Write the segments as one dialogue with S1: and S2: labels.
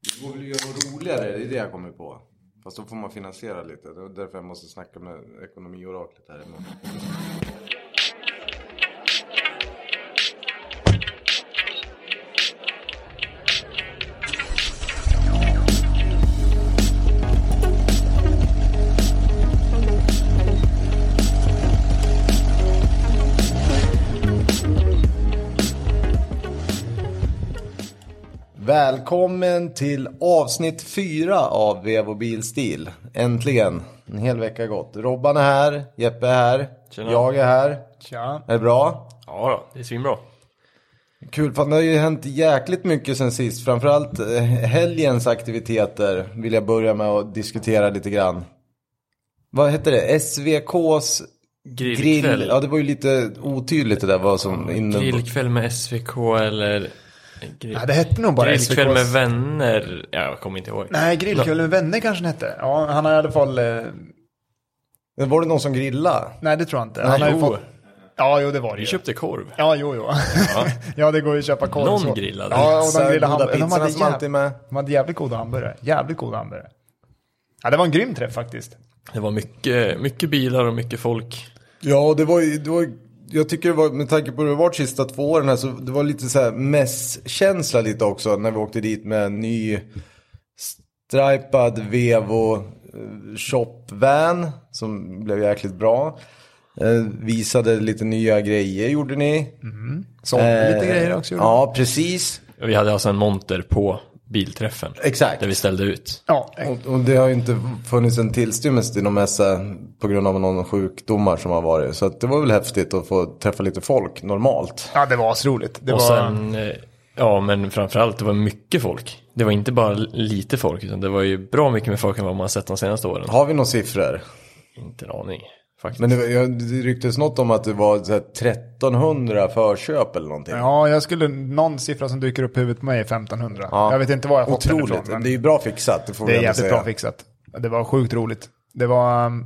S1: Det går väl att göra något roligare, det är det jag kommer på. Fast då får man finansiera lite. Det är därför jag måste snacka med ekonomioraklet här imorgon.
S2: Välkommen till avsnitt fyra av Vevo Bilstil. Äntligen, en hel vecka har gått. Robban är här, Jeppe är här,
S3: Tjena.
S2: jag är här.
S4: Tja.
S2: Är det bra?
S3: Ja då, det är svinbra.
S2: Kul, fan det har ju hänt jäkligt mycket sen sist. Framförallt eh, helgens aktiviteter vill jag börja med att diskutera lite grann. Vad hette det? SVKs grill?
S3: Grillkväll.
S2: Ja, det var ju lite otydligt det där vad som inne...
S3: Grillkväll med SVK eller... Grill...
S4: Ja, det hette nog bara
S3: grillkväll
S4: SVKs.
S3: med vänner. Ja, jag kommer inte ihåg.
S4: Nej, grillkväll med vänner kanske den hette. Ja, han har i alla fall... eh,
S2: Var det någon som grillade?
S4: Nej, det tror jag inte. Han har ju
S3: jo.
S4: fått... Ja, jo, det var det
S3: Vi
S4: ju.
S3: köpte korv.
S4: Ja, jo, jo. Ja. det går ju att köpa korv.
S3: Någon
S4: så.
S3: grillade.
S4: Alltså, Ja, och de
S2: Pizza,
S4: grillade
S2: goda
S4: hamburgare. De,
S2: pizzorna
S4: hade
S2: som alltid är med.
S4: jäv... de hade jävligt goda hamburgare. Jävligt goda hamburgare. Ja, det var en grym träff faktiskt.
S3: Det var mycket, mycket bilar och mycket folk.
S2: Ja, det var ju... Det var, ju- jag tycker det var, med tanke på hur det har varit sista två åren här, så det var lite så här mässkänsla lite också när vi åkte dit med en ny stripad Vevo eh, shopvan som blev jäkligt bra. Eh, visade lite nya grejer gjorde ni.
S4: Sålde Mm. lite
S2: Eh,
S4: grejer också. gjorde de.
S2: Ja, precis.
S3: Vi hade alltså en monter på bilträffen.
S2: Exakt.
S3: Där vi ställde ut.
S4: ja. eh,
S2: Och, och det har ju inte funnits en tillstymmelse till någon mässa på grund av någon sjukdomar som har varit. Så att det var väl häftigt att få träffa lite folk normalt.
S4: ja, det var asroligt. Det
S3: och
S4: var...
S3: sen, eh, ja men framförallt det var mycket folk. Det var inte bara lite folk, utan det var ju bra mycket mer folk än vad man sett de senaste åren.
S2: Har vi några siffror?
S3: Inte en aning, faktiskt.
S2: Men det, var- jag- det ryktes något om att det var så här 1300 förköp eller någonting.
S4: Ja, jag skulle... Någon siffra som dyker upp i huvudet på mig är 1500.
S2: Ja.
S4: Jag vet inte var jag fått den ifrån.
S2: Otroligt.
S4: men-
S2: Det är ju bra fixat. Det, får vi
S4: Det är
S2: ändå
S4: jävligt
S2: säga.
S4: bra fixat. Det var sjukt roligt. Det var, um,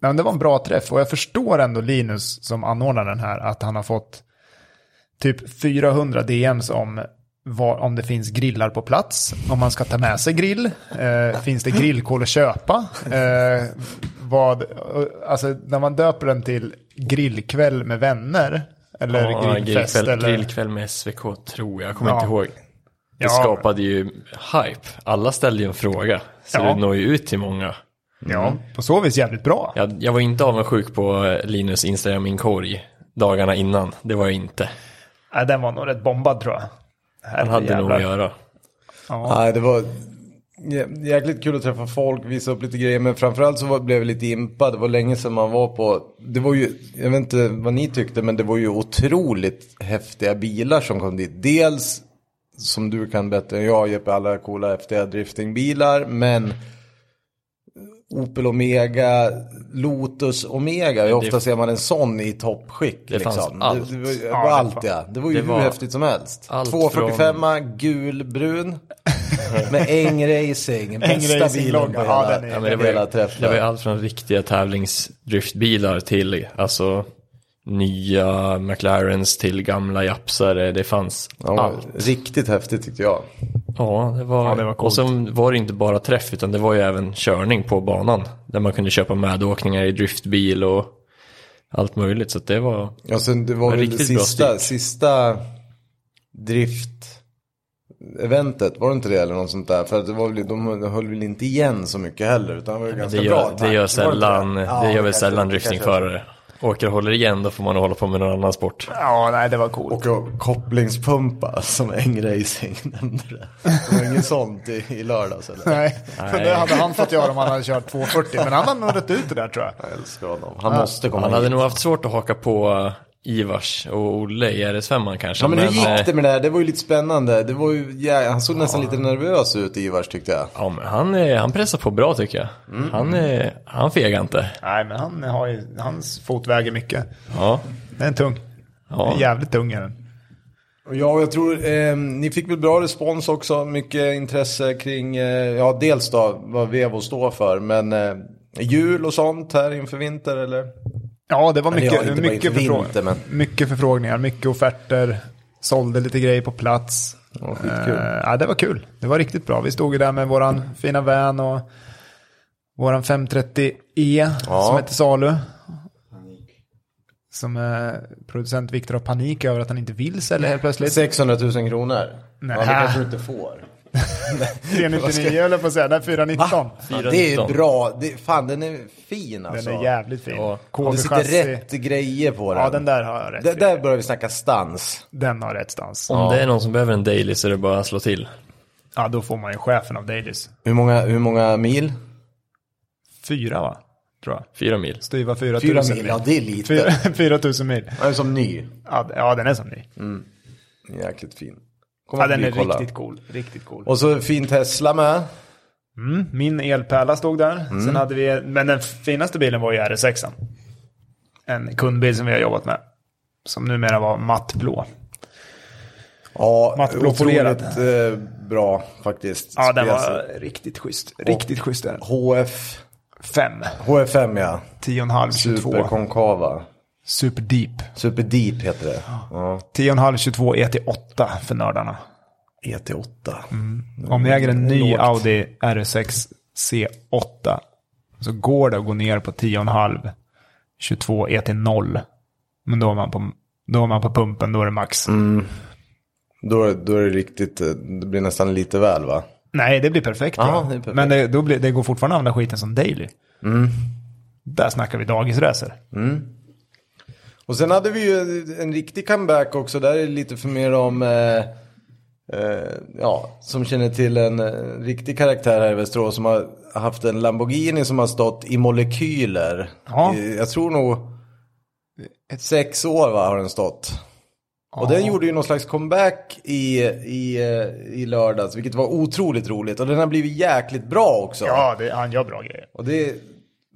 S4: nej, men det var en bra träff och jag förstår ändå Linus som anordnar den här att han har fått typ 400 DMs om var, om det finns grillar på plats, om man ska ta med sig grill, eh, finns det grillkol att köpa? Eh, vad, eh, alltså när man döper den till grillkväll med vänner eller
S3: Ja,
S4: grillfest
S3: grillkväll,
S4: eller...
S3: grillkväll med SVK tror jag, jag kommer
S4: Ja.
S3: inte ihåg. Det
S4: Ja.
S3: skapade ju hype. Alla ställde ju en fråga. Så
S4: Ja.
S3: det når ju ut till många. Mm.
S4: Ja, på så vis jävligt bra.
S3: Jag, jag var inte avundsjuk på eh, Linus Instagram-inkorg dagarna innan. Det var jag inte.
S4: Nej, den var nog rätt bombad tror jag.
S3: Han hade nog
S4: Herrejävlar.
S3: att göra.
S2: Nej, det var jä- jäkligt kul att träffa folk, visa upp lite grejer. Men framförallt så var, blev jag lite impad. Det var länge sedan man var på... Det var ju, jag vet inte vad ni tyckte, men det var ju otroligt häftiga bilar som kom dit. Dels, som du kan bättre än jag Jeppe, alla coola häftiga driftingbilar. Men Opel Omega, Lotus Omega. Hur ofta ser man en sån i toppskick?
S3: Det fanns
S2: liksom.
S3: allt.
S2: Det, det var, ju-
S4: Ja,
S2: var
S4: det
S2: allt
S4: fanns-
S2: ja. Det var ju
S3: det
S2: hur
S3: var
S2: häftigt som helst.
S3: allt
S2: 245 gulbrun. Med Eng Racing, bästa bilen på
S4: Racing-loggan. Ja,
S2: hela,
S4: den är-
S2: ja,
S4: Ja,
S3: Men det, var
S2: hela
S3: ju, det var ju
S2: träffen.
S3: allt från riktiga tävlingsdriftbilar till alltså nya McLarens till gamla japsare. Det fanns
S2: Ja,
S3: allt.
S2: riktigt häftigt tyckte jag.
S3: Ja, det var,
S4: Ja, det var
S3: och
S4: coolt.
S3: sen var det inte bara träff utan det var ju även körning på banan. Där man kunde köpa medåkningar i driftbil och allt möjligt. Så att det var,
S2: Ja, sen det var
S3: Men
S2: väl det
S3: riktigt bra
S2: sista,
S3: styrt.
S2: sista drift eventet, var det inte det eller något sånt där? För att det var väl, de höll väl inte igen så mycket heller, utan det var ju ganska
S3: det
S2: bra.
S3: gör, det
S2: takt. Var
S3: gör
S2: inte
S3: sällan,
S2: Ja,
S3: det gör väl
S2: kanske-
S3: sällan
S2: kanske-
S3: driftingförare. Åker och håller igen då får man nog hålla på med någon annan sport.
S4: Ja, nej, det var coolt.
S2: Och jag kopplingspumpa som Eng Racing nämnde det. Det var inget sånt i, i lördags eller?
S4: Nej, för det hade han fått göra om han hade kört 240. Men han hade nog rätt ut det där tror jag.
S2: Jag älskar honom. Han måste komma
S3: Han
S2: hit.
S3: hade nog haft svårt att haka på eh, Ivars och Olle i RS5 kanske.
S2: Ja, men hur gick
S3: eh,
S2: det med det här? Det var ju lite spännande. Det var ju, ja, han såg nästan lite nervös ut Ivars tyckte jag.
S3: Ja, men han, eh, han pressar på bra tycker jag.
S2: Mm.
S3: Han, eh, han fegar inte.
S4: Nej, men han har ju, hans fot väger mycket.
S3: Ja.
S4: Den är tung.
S3: Ja.
S4: Den är jävligt tung är den.
S2: Och Ja, och jag tror eh, ni fick väl bra respons också. Mycket intresse kring, eh, ja dels då vad Vevo står för. Men eh, jul och sånt här inför vinter eller?
S4: Ja, det var
S2: Eller ja,
S4: mycket,
S2: inte bara
S4: mycket,
S2: inför
S4: förfrå-
S2: vinter, men-
S4: mycket förfrågningar, mycket offerter. Sålde lite grejer på plats.
S2: Det var skitkul.
S4: Eh, ja, det var kul. Det var riktigt bra. Vi stod ju där med våran fina van och våran 530E som hette salu. Som eh, producent Viktor har panik över att han inte vill sälja helt plötsligt.
S2: 600 000 kronor.
S4: Nej.
S2: Ja, det kanske du inte får.
S4: 399 höll jag på att säga, nej 419.
S2: Ja, Ah, det är bra. Det, fan, den är fin
S4: Den
S2: alltså.
S4: är jävligt fin.
S3: Ja.
S2: Och det sitter
S4: KV-chassi.
S2: rätt grejer på den.
S4: Ja, den där har jag rätt
S2: D-
S4: i.
S2: där börjar vi snacka stans.
S4: Den har rätt stans.
S3: Om det är någon som behöver en daily så är det bara att slå till.
S4: Ja, då får man ju chefen av Dailys.
S2: Hur många, hur många mil?
S4: Fyra va? Tror jag.
S3: Fyra mil.
S4: Styva 4 000
S2: Fyra mil, ja det är
S4: Fyra,
S2: lite.
S4: 4 000 mil.
S2: Den är som ny.
S4: Ja, d- ja, den är som ny.
S2: Jäkligt fin. Kom
S4: Ja,
S2: att
S4: den
S2: vi
S4: är
S2: kollar.
S4: riktigt cool. Riktigt cool.
S2: Och så en fin Tesla med.
S4: Mm, min elpärla stod där.
S2: Mm.
S4: Sen hade vi, men den finaste bilen var ju RS6. En kundbil som vi har jobbat med. Som numera var mattblå.
S2: Ja,
S4: Mattblå
S2: otroligt eh, bra faktiskt.
S4: Ja, den
S2: Spesig.
S4: var riktigt schysst. Riktigt schysst är den.
S2: HF,
S4: Fem.
S2: HFM ja.
S4: 10,5, 22.
S2: Superkonkava.
S4: Superdeep.
S2: Superdeep heter det. Ja.
S4: 10,5, 22 ET8 E för nördarna.
S2: E ET8.
S4: Om ni äger en ny
S2: Lågt.
S4: Audi RS6 C8 så går det att gå ner på 10,5 22 ET0. Men då är man på, då är man på pumpen, då är det max.
S2: Mm. Då, då är det riktigt, eh, det blir nästan lite väl va?
S4: Nej, det blir perfekt.
S2: Ja,
S4: ja.
S2: det är perfekt. Mm.
S4: Men det, då blir, det går fortfarande att använda skiten som daily. Där snackar vi dagisracer.
S2: Och sen hade vi ju en riktig comeback också. Där är det lite för mer om, eh, eh, ja, som känner till en eh, riktig karaktär här i Västerås som har haft en Lamborghini som har stått i molekyler.
S4: Ja.
S2: I, jag tror nog sex år va, har den stått. Och den gjorde ju någon slags comeback i, i, eh, i lördags, vilket var otroligt roligt. Och den har blivit jäkligt bra också.
S4: Ja, det, han gör bra grejer.
S2: Och det är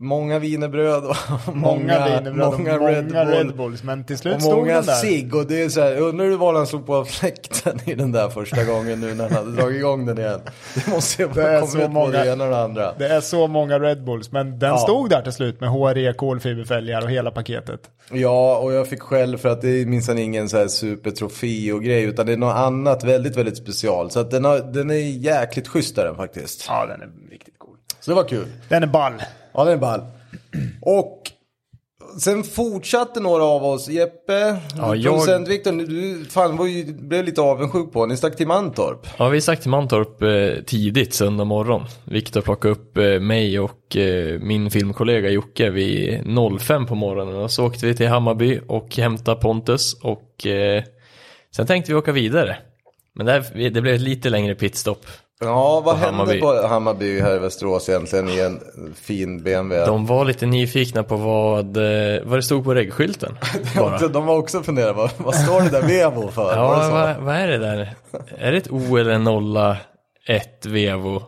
S2: många wienerbröd och
S4: Många,
S2: många,
S4: vinerbröd och
S2: många, Red Bull.
S4: Bulls, men till slut
S2: Och
S4: stod
S2: många
S4: den där.
S2: cigg och det är så här, jag undrar hur var han slog på fläkten i den där första gången nu när han hade dragit igång den igen. Det måste ju
S4: Det är
S2: ha
S4: så
S2: kommit ut
S4: många-
S2: både det ena och det andra.
S4: Det är så många Red Bulls, men den stod där till slut med HRE, kolfiberfälgar och hela paketet.
S2: Ja, och jag fick själv för att det är minsann ingen så här supertrofé och grej utan det är något annat väldigt, väldigt special. Så att den, har, den är jäkligt schysst där den faktiskt.
S4: Ja, den är riktigt cool.
S2: Så det var kul.
S4: Den är ball.
S2: Ja, den är ball. Och sen fortsatte några av oss, Jeppe,
S3: Ja, jag-
S2: producent Viktor, du fan, var ju, blev lite avundsjuk på, ni stack till Mantorp.
S3: Ja, vi stack till Mantorp eh, tidigt söndag morgon. Viktor plockade upp eh, mig och eh, min filmkollega Jocke vid 05 på morgonen. Och så åkte vi till Hammarby och hämtade Pontus och eh, sen tänkte vi åka vidare. Men där, det blev ett lite längre pitstop.
S2: Ja, vad
S3: På
S2: hände
S3: Hammarby.
S2: på Hammarby här i Västerås egentligen i en fin BMW?
S3: De var lite nyfikna på vad, eh, vad det stod på regskylten. bara.
S2: De, de var också funderade, vad, vad står det där Vevo för? Var det
S3: Ja,
S2: så?
S3: vad, vad är det där? Är det ett O eller en nolla, ett vevo?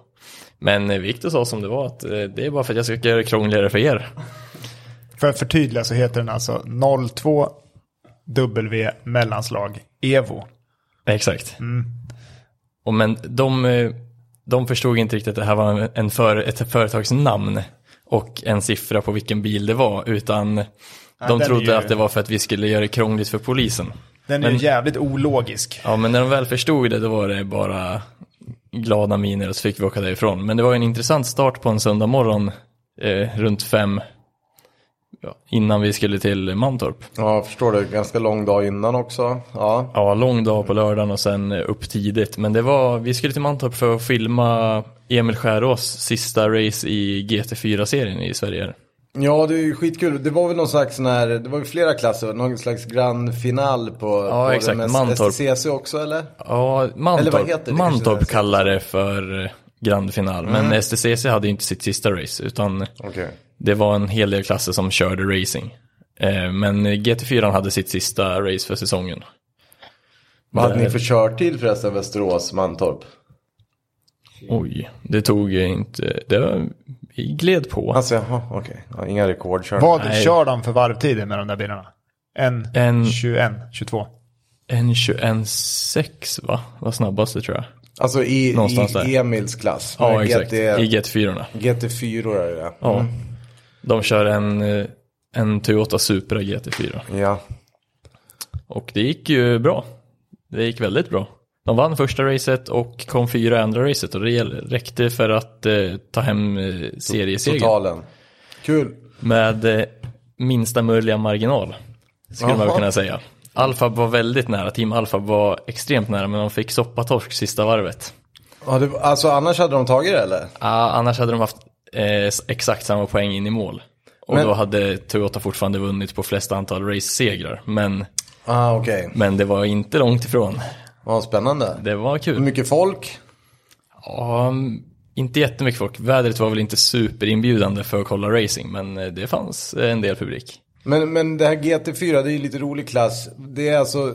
S3: Men eh, Viktor sa som det var att eh, det är bara för att jag ska göra det krångligare för er.
S4: För att förtydliga så heter den alltså 02 W mellanslag Evo.
S3: Exakt.
S4: Mm.
S3: Och men de, eh, de förstod inte riktigt att det här var en för, ett företagsnamn och en siffra på vilken bil det var, utan de
S4: den är
S3: trodde
S4: ju-
S3: att det var för att vi skulle göra det krångligt för polisen.
S4: Den är ju jävligt ologisk.
S3: Ja, men när de väl förstod det, då var det bara glada miner och så fick vi åka därifrån. Men det var ju en intressant start på en söndag morgon eh, runt fem ja, innan vi skulle till Mantorp.
S2: Ja, jag förstår det. Ganska lång dag innan också. Ja.
S3: Ja, lång dag på lördagen och sen eh, upp tidigt. Men det var, vi skulle till Mantorp för att filma Emil Skärås sista race i GT4-serien i Sverige.
S2: ja, det är ju skitkul. Det var väl någon slags sån här, det var ju flera klasser, någon slags grand final på, på
S3: exakt.
S2: den
S3: Mantorp.
S2: STCC också eller?
S3: Ja,
S2: Eller vad
S3: Mantorp,
S2: heter det? Mm.
S3: Mantorp
S2: Kanske
S3: kallar det för eh, Grand Final. Men STCC hade ju inte sitt sista race, utan
S2: Okej.
S3: det var en hel del klasser som körde racing. Eh, Men GT4 hade sitt sista race för säsongen.
S2: Vad hade
S3: Det-
S2: ni för körtid förresten, Västerås, Mantorp?
S3: Oj, det tog ju inte... Det var, vi gled på.
S2: Alltså, jaha, okej. Ja, inga rekordkörningar.
S4: Vad
S3: Nej.
S4: kör de för varvtider med de där bilarna? En,
S3: En-
S4: 21, 22.
S3: En 21.6 va? Var snabbaste tror jag.
S2: Alltså i,
S3: Någonstans där.
S2: i Emils klass.
S3: Ja,
S2: Med
S3: exakt. I
S2: GT,
S3: GT4.
S2: GT4 är det.
S3: Ja. Mm. De kör en, eh, en Toyota Supra GT4.
S2: Ja.
S3: Och det gick ju bra. Det gick väldigt bra. De vann första racet och kom fyra i andra racet och det gäll- räckte för att eh, ta hem eh, seriesegern.
S2: Totalen. Kul.
S3: Med eh, minsta möjliga marginal, skulle man
S2: Jaha.
S3: väl kunna säga. Alfab var väldigt nära, Team Alfab var extremt nära, men de fick soppatorsk sista varvet.
S2: Ja, det, alltså annars hade de tagit det eller?
S3: Ah, annars hade de haft eh, s- exakt samma poäng in i mål. Och
S2: Men-
S3: då hade Toyota fortfarande vunnit på flest antal race-segrar. Men,
S2: Ah, okej.
S3: men det var inte långt ifrån.
S2: Vad spännande.
S3: Det var kul.
S2: Hur mycket folk?
S3: Ja, mm, inte jättemycket folk. Vädret var väl inte superinbjudande för att kolla racing, men eh, det fanns eh, en del publik.
S2: Men, men det här GT4, det är ju lite rolig klass. Det är alltså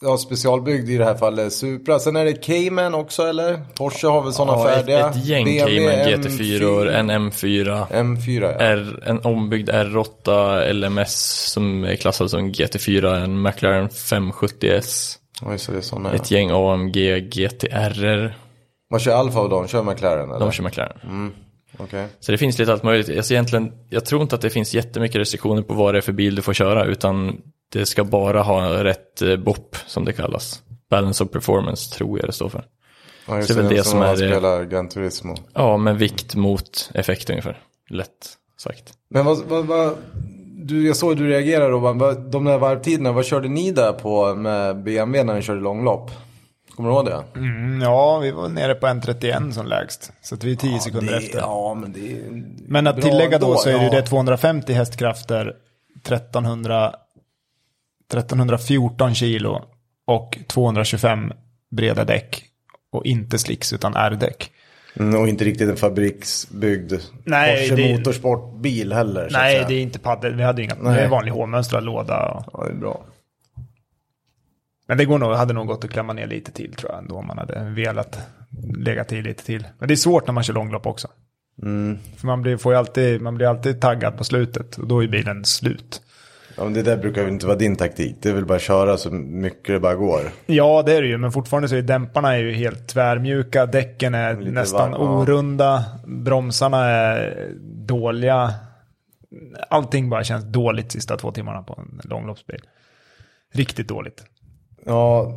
S2: ja, specialbyggd i det här fallet Supra. Sen är det Cayman också eller? Porsche har väl sådana
S3: Ja, ett,
S2: färdiga?
S3: ett gäng Cayman GT4, en M4,
S2: M4 ja.
S3: R, en ombyggd R8 LMS som är klassad som GT4, en McLaren 570S,
S2: Oj, så det är sådana ja.
S3: ett gäng AMG GTR,
S2: Vad kör Alfa av dem? Kör McLaren eller?
S3: de kör McLaren.
S2: Mm. Okej.
S3: Så det finns lite allt möjligt. Alltså egentligen, jag tror inte att det finns jättemycket restriktioner på vad det är för bil du får köra, utan det ska bara ha rätt eh, BOP, som det kallas. Balance of performance, tror jag det står för.
S2: Ja, just
S3: Så det är väl det
S2: som
S3: som
S2: när
S3: är
S2: man
S3: det-
S2: spelar Gran Turismo.
S3: Ja, men vikt mot effekt ungefär. Lätt sagt.
S2: Men vad, vad, vad du, jag såg hur du reagerade Robban. Vad- De där varvtiderna, vad körde ni där på med BMW när ni körde långlopp? Kommer du ihåg det?
S4: Mm, ja, vi var nere på 1.31 som lägst. Så att vi är 10 sekunder
S2: det
S4: efter.
S2: Ja, men det är...
S4: Men att
S2: bra
S4: tillägga då
S2: ändå,
S4: så är det ju
S2: ja.
S4: det 250 hästkrafter, 1300, 1314 kilo och 225 breda däck. Och inte slicks utan R-däck.
S2: Mm, och inte riktigt en fabriksbyggd
S4: Nej,
S2: Porsche
S4: det-
S2: motorsportbil heller. Så
S4: Nej,
S2: att
S4: det
S2: säga.
S4: är inte paddel. Vi hade ju inga, det är vanlig hårmönstrad låda. och-
S2: Ja, det är bra.
S4: Men det går nog, hade nog gått att klämma ner lite till tror jag ändå om man hade velat lägga till lite till. Men det är svårt när man kör långlopp också. För man blir, får ju alltid, man blir alltid taggad på slutet och då är bilen slut.
S2: Ja, men det där brukar ju inte vara din taktik. Det är väl bara köra så mycket det bara går.
S4: Ja, det är det ju, men fortfarande så är dämparna är ju helt tvärmjuka, däcken är nästan
S2: varma.
S4: orunda, bromsarna är dåliga. Allting bara känns dåligt sista två timmarna på en långloppsbil. Riktigt dåligt.
S2: Ja,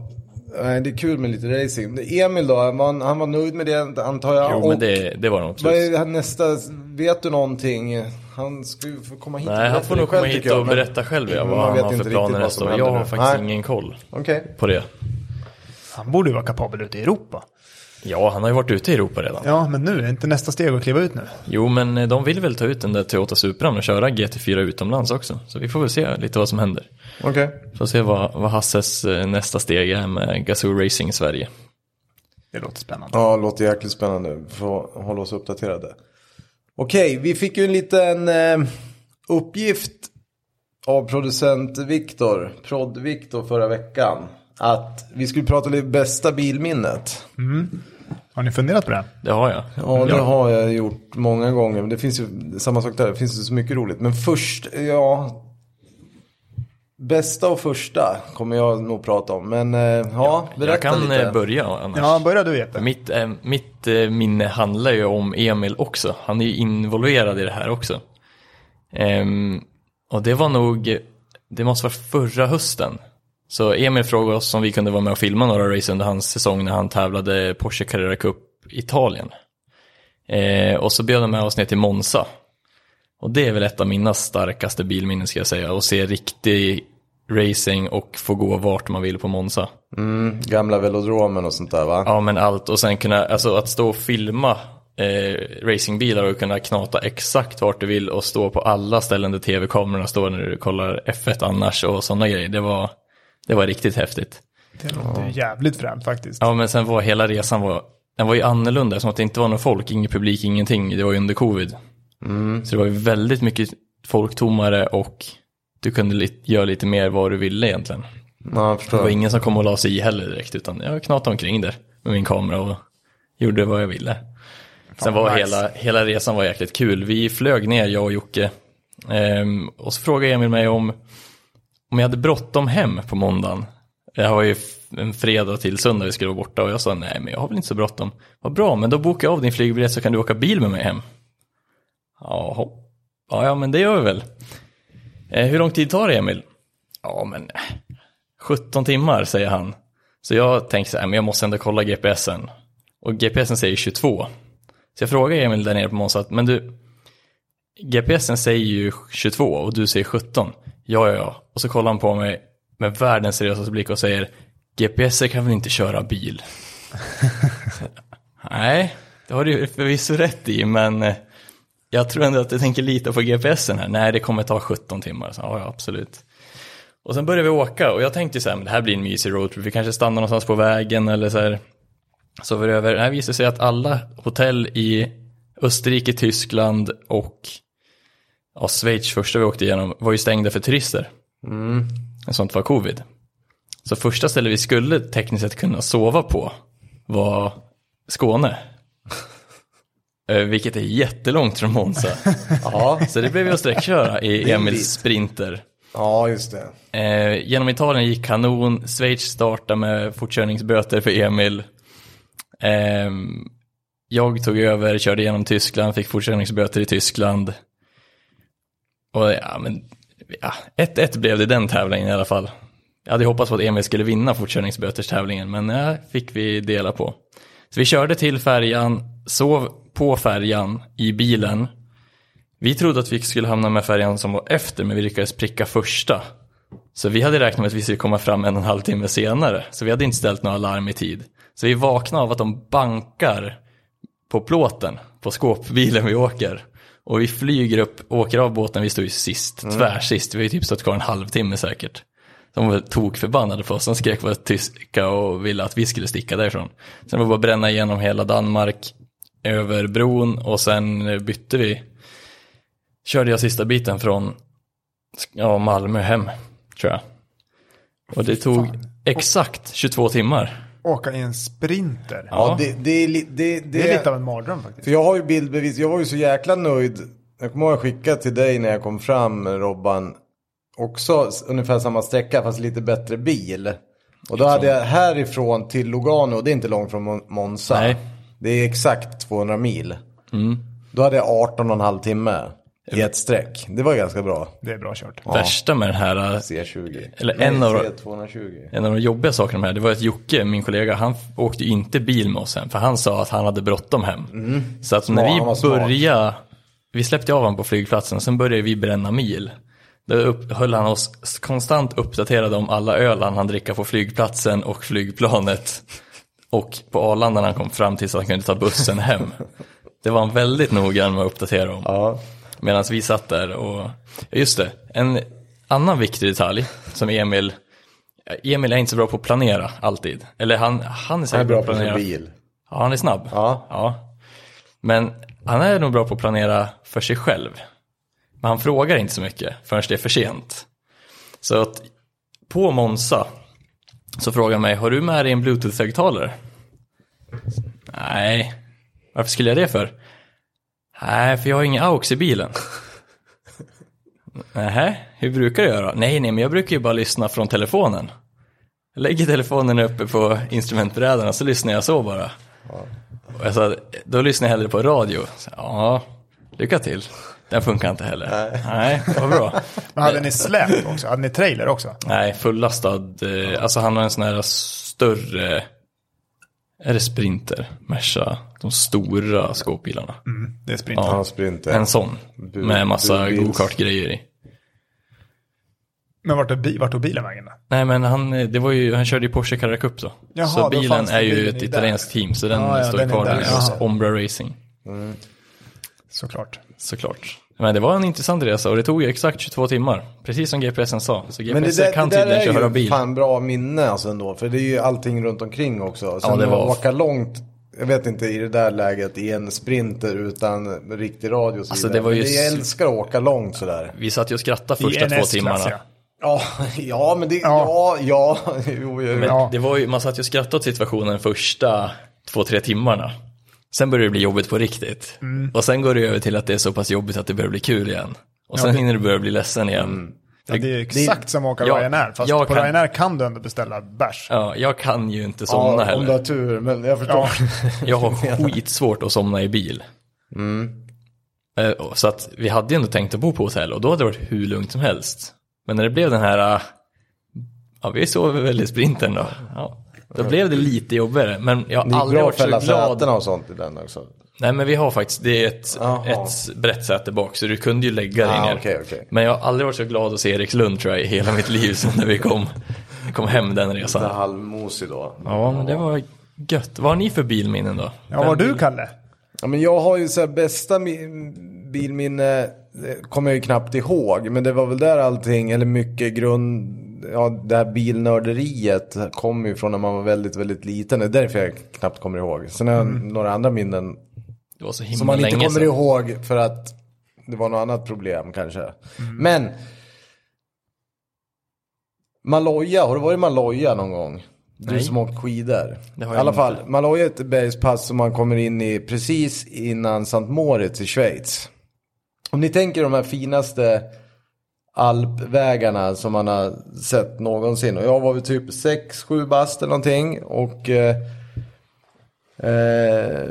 S2: nej, det är kul med lite racing. Emil då, han var, han var nöjd med det antar jag.
S3: Jo,
S2: och
S3: men det, det var de
S2: vad
S3: absolut.
S2: är han nästa, vet du någonting? Han ska ju få komma hit och
S3: Nej, han
S2: berätta
S3: får
S2: det
S3: nog komma
S2: själv,
S3: hit
S2: tycker jag,
S3: och
S2: men-
S3: berätta själv ja,
S2: Men
S3: vad
S2: man
S3: han
S2: vet
S3: har
S2: inte
S3: för
S2: riktigt
S3: planer
S2: vad
S3: nästa
S2: som
S3: år. Jag
S2: händer
S3: har
S2: nu.
S3: faktiskt
S2: Nej.
S3: ingen koll
S2: Okej.
S3: på det.
S4: Han borde ju vara kapabel ute i Europa.
S3: Ja, han har ju varit ute i Europa redan.
S4: Ja, men nu, är inte nästa steg att kliva ut nu?
S3: Jo, men eh, de vill väl ta ut den där Toyota Supran och köra GT4 utomlands också. Så vi får väl se lite vad som händer.
S2: Okej.
S3: Får se vad, vad Hasses eh, nästa steg är med Gazoo Racing i Sverige.
S4: Det låter spännande.
S2: Ja, låter jäkligt spännande. Vi får hålla oss uppdaterade. Okej, vi fick ju en liten eh, uppgift av producent Viktor, prod Viktor förra veckan. Att vi skulle prata lite bästa bilminnet.
S4: Har ni funderat på det?
S3: Det har jag.
S2: Ja, det har jag gjort många gånger. Men det finns ju samma sak där. Det finns ju så mycket roligt. Men först, ja. Bästa och första kommer jag nog prata om. Men eh, ja,
S3: Jag
S2: berätta
S3: kan eh,
S2: lite.
S3: börja annars.
S4: Ja, börja du Jeppe.
S3: Mitt, eh, mitt eh, minne handlar ju om Emil också. Han är ju involverad i det här också. Ehm, och det var nog, det måste vara förra hösten. Så Emil frågade oss om vi kunde vara med och filma några race under hans säsong när han tävlade Porsche Carrera Cup Italien. Eh, och så bjöd han med oss ner till Monza. Och det är väl ett av mina starkaste bilminnen ska jag säga. Att se riktig racing och få gå vart man vill på Monza.
S2: Mm, gamla velodromen och sånt där va?
S3: Ja men allt och sen kunna, alltså att stå och filma eh, racingbilar och kunna knata exakt vart du vill och stå på alla ställen där tv-kamerorna står när du kollar F1 annars och sådana grejer. Det var, det var riktigt häftigt.
S4: Det låter ju jävligt fränt faktiskt.
S3: Ja men sen var hela resan, var, den var ju annorlunda som att det inte var någon folk, ingen publik, ingenting. Det var ju under covid. Så det var ju väldigt mycket folktomare och du kunde li- göra lite mer vad du ville egentligen.
S2: Ja, jag
S3: Det var
S2: förstår.
S3: ingen som kom och la sig i heller direkt utan jag knatade omkring där med min kamera och gjorde vad jag ville. Sen var
S4: nice.
S3: hela, hela resan var jäkligt kul. Vi flög ner, jag och Jocke. Ehm, och så frågade Emil mig om, om jag hade bråttom hem på måndagen. Det här var ju f- en fredag till söndag vi skulle vara borta och jag sa nej men jag har väl inte så bråttom. Vad bra, men då bokar jag av din flygbiljett så kan du åka bil med mig hem. Jaha, ja, ja men det gör vi väl. Eh, hur lång tid tar det Emil? Ja men eh, 17 timmar säger han. Så jag tänkte så här, men jag måste ändå kolla GPSen. Och GPSen säger 22. Så jag frågar Emil där nere på Monza att, men du, GPSen säger ju 22 och du säger 17. Ja, ja, ja. Och så kollar han på mig med världens seriösaste blick och säger, GPSer kan väl inte köra bil? Nej, det har du ju förvisso rätt i, men eh, jag tror ändå att du tänker lita på GPSen här. Nej, det kommer ta 17 timmar. Så, ja, ja, absolut. Och sen började vi åka och jag tänkte så här, men det här blir en mysig roadtrip. Vi kanske stannar någonstans på vägen eller så här. Så vi över. Det här visade sig att alla hotell i Österrike, Tyskland och ja, Schweiz första vi åkte igenom var ju stängda för turister. Mm. Sånt var covid. Så första stället vi skulle tekniskt sett kunna sova på var Skåne. Eh, Vilket är jättelångt från Monza.
S2: Ja,
S3: Så det blev ju att sträckköra i Emils sprinter.
S2: ja just det.
S3: Eh, genom Italien gick kanon, Schweiz startade med fortkörningsböter för Emil. Ehm, jag tog över, körde genom Tyskland, fick fortkörningsböter i Tyskland. Och ja, men ja, 1-1 blev det den tävlingen i alla fall. Jag hade hoppats på att Emil skulle vinna fortkörningsböterstävlingen, men det fick vi dela på. Så vi körde till färjan, sov på färjan i bilen. Vi trodde att vi skulle hamna med färjan som var efter, men vi lyckades pricka första. Så vi hade räknat med att vi skulle komma fram en och en halv timme senare, så vi hade inte ställt några larm i tid. Så vi vaknade av att de bankar på plåten på skåpbilen vi åker. Och vi flyger upp, åker av båten, vi står ju sist, tvärsist. Vi har ju typ stått kvar en halvtimme säkert. De var tokförbannade på oss, de skrek våra tyska och ville att vi skulle sticka därifrån. Sen var det bara att bränna igenom hela Danmark, över bron och sen eh, bytte vi. Körde jag sista biten från ja, Malmö hem, tror jag. Och det tog exakt 22 timmar.
S4: Åka i en sprinter.
S2: Ja, det, det, är li- det, det,
S4: Det är lite av en mardröm faktiskt.
S2: För jag har ju bildbevis, jag var ju så jäkla nöjd. Jag kommer ihåg att jag skickade till dig när jag kom fram Robban. Också s- ungefär samma sträcka fast lite bättre bil. Och då hade jag härifrån till Lugano, och det är inte långt från Mon- Monza.
S3: Nej.
S2: Det är exakt 200 mil.
S3: Mm.
S2: Då hade jag 18 och en halv timme i ett streck. Det var ganska bra.
S4: Det är bra kört.
S3: Värsta med den här eh,
S2: C20.
S3: Eller en av-
S2: C220.
S3: En av de jobbiga sakerna med det här, det var att Jocke, min kollega, han f- åkte ju inte bil med oss hem, för han sa att han hade bråttom hem. Så att
S2: Mm. Smart, han
S3: när
S2: var
S3: vi
S2: smart.
S3: började, vi släppte av honom på flygplatsen, sen började vi bränna mil. Då upp, höll han oss konstant uppdaterade om alla öl han hann dricka på flygplatsen och flygplanet. Och på Arlanda när han kom fram tills han kunde ta bussen hem. Det var han väldigt noggrann med att uppdatera om.
S2: Ja.
S3: Medan vi satt där och, ja, just det, en annan viktig detalj som Emil, Emil är inte så bra på att planera alltid. Eller han, han är
S2: Han är
S3: säkert
S2: bra på sin
S3: planera.
S2: bil.
S3: Ja, han är snabb.
S2: Ja.
S3: Men han är nog bra på att planera för sig själv. Men han frågar inte så mycket förrän det är för sent. Så att på Monza så frågar han mig, har du med dig en bluetooth-högtalare? Nej, varför skulle jag det för? Nej, för jag har ingen aux i bilen. Nähä, hur brukar du göra? Nej, nej, men jag brukar ju bara lyssna från telefonen. Jag lägger telefonen uppe på instrumentbrädan och så lyssnar jag så bara. Och jag sa, då lyssnar jag hellre på radio. Så, ja, lycka till. Den funkar inte heller. Nej, vad bra.
S4: Men hade ni släp också? Hade ni trailer också?
S3: Nej, fullastad. eh, Alltså han har en sån här större, är det Sprinter? Merca, de stora skåpbilarna.
S4: Mm, Det är sprinter.
S2: Han sprinter.
S3: En sån, med massa
S2: bubils.
S3: go-kart-grejer i.
S4: Men vart tog, bi- vart tog bilen vägen då?
S3: Nej men han, eh, det var ju, han körde ju Porsche Carrera Cup då.
S4: Jaha,
S3: så
S4: då
S3: bilen
S4: fanns
S3: är ju
S4: bilen
S3: ett
S4: i
S3: italienskt team så den
S4: Ja, ja,
S3: står ju
S4: den är
S3: kvar
S4: där.
S3: där. hos
S4: Jaha.
S3: Ombra Racing
S4: Såklart.
S3: såklart. Men det var en intressant resa och det tog ju exakt 22 timmar. Precis som GPSen sa. Så
S2: Men det
S3: GPSen
S2: där,
S3: kan
S2: det där
S3: tydligen
S2: är
S3: köra
S2: ju
S3: bil.
S2: fan bra minne alltså ändå. För det är ju allting runt omkring också. Sen
S3: Ja, det
S2: att
S3: var-
S2: åka långt, jag vet inte i det där läget i en sprinter utan riktig radio och så
S3: Alltså,
S2: vidare.
S3: det var ju
S2: Men jag
S3: s-
S2: älskar att åka långt sådär.
S3: Vi satt ju och skrattade
S4: I
S3: första
S4: en
S3: två
S4: S-klass,
S3: timmarna.
S4: ja.
S2: Ja, ja men det, ja,
S4: Ja.
S2: ja, jo, jag,
S3: Men
S2: ja.
S4: Ja.
S3: det var ju, man satt ju och skrattade åt situationen första två, tre timmarna. Sen börjar det bli jobbigt på riktigt.
S4: Mm.
S3: Och sen går det över till att det är så pass jobbigt att det börjar bli kul igen. Och sen hinner du börja bli ledsen igen.
S2: Mm.
S4: Ja, det är ju exakt som att åka
S3: Ja,
S4: Ryanair. Fast
S3: jag
S4: på
S3: kan-
S4: Ryanair kan du ändå beställa bärs.
S3: Ja, jag kan ju inte somna
S2: Ja, om du
S3: heller.
S2: har tur, men jag förstår.
S4: Ja.
S3: Jag har skitsvårt att somna i bil.
S2: Mm.
S3: Eh, och- Så att vi hade ju ändå tänkt att bo på hotell och då hade det varit hur lugnt som ah, helst. Men när det blev den här, eh, ja vi sover väl i sprintern då. Ja. Då blev det lite jobbigare, men jag
S2: Det
S3: har
S2: gick bra
S3: aldrig
S2: att
S3: varit så
S2: fälla
S3: glad
S2: sätena och sånt i den också.
S3: Nej men vi har faktiskt, det är ett,
S2: Jaha.
S3: ett brett säte bak så du kunde ju lägga dig
S2: Ah,
S3: ner.
S2: okej, okej.
S3: Men jag har aldrig varit så glad att se Erikslund tror jag i hela mitt liv som när vi kom, kom hem den
S2: Det är
S3: resan.
S2: halvmosig då.
S3: Ja men det var gött. Vad har ni för bilminnen då?
S4: Ja, vad har du Kalle?
S2: Ja, men jag har ju så här bästa mi- bilminne, eh, kommer jag ju knappt ihåg. Men det var väl där allting, eller mycket grund, ja det här bilnörderiet kom ju från när man var väldigt, väldigt liten. Det är därför jag knappt kommer ihåg. Sen har jag några andra minnen
S3: Mm. Det var så himla
S2: som man inte
S3: länge
S2: kommer
S3: sedan.
S2: ihåg för att det var något annat problem kanske.
S3: Mm.
S2: Men Maloja, har du varit i Maloja någon gång? Du
S3: Nej.
S2: som åkt skidor. I
S3: Det har jag
S2: alla
S3: inte.
S2: fall, Maloja är ett bergspass som man kommer in i precis innan Sankt Moritz i Schweiz. Om ni tänker de här finaste alpvägarna som man har sett någonsin. Och jag var väl typ 6-7 bast eller någonting. Och eh, eh,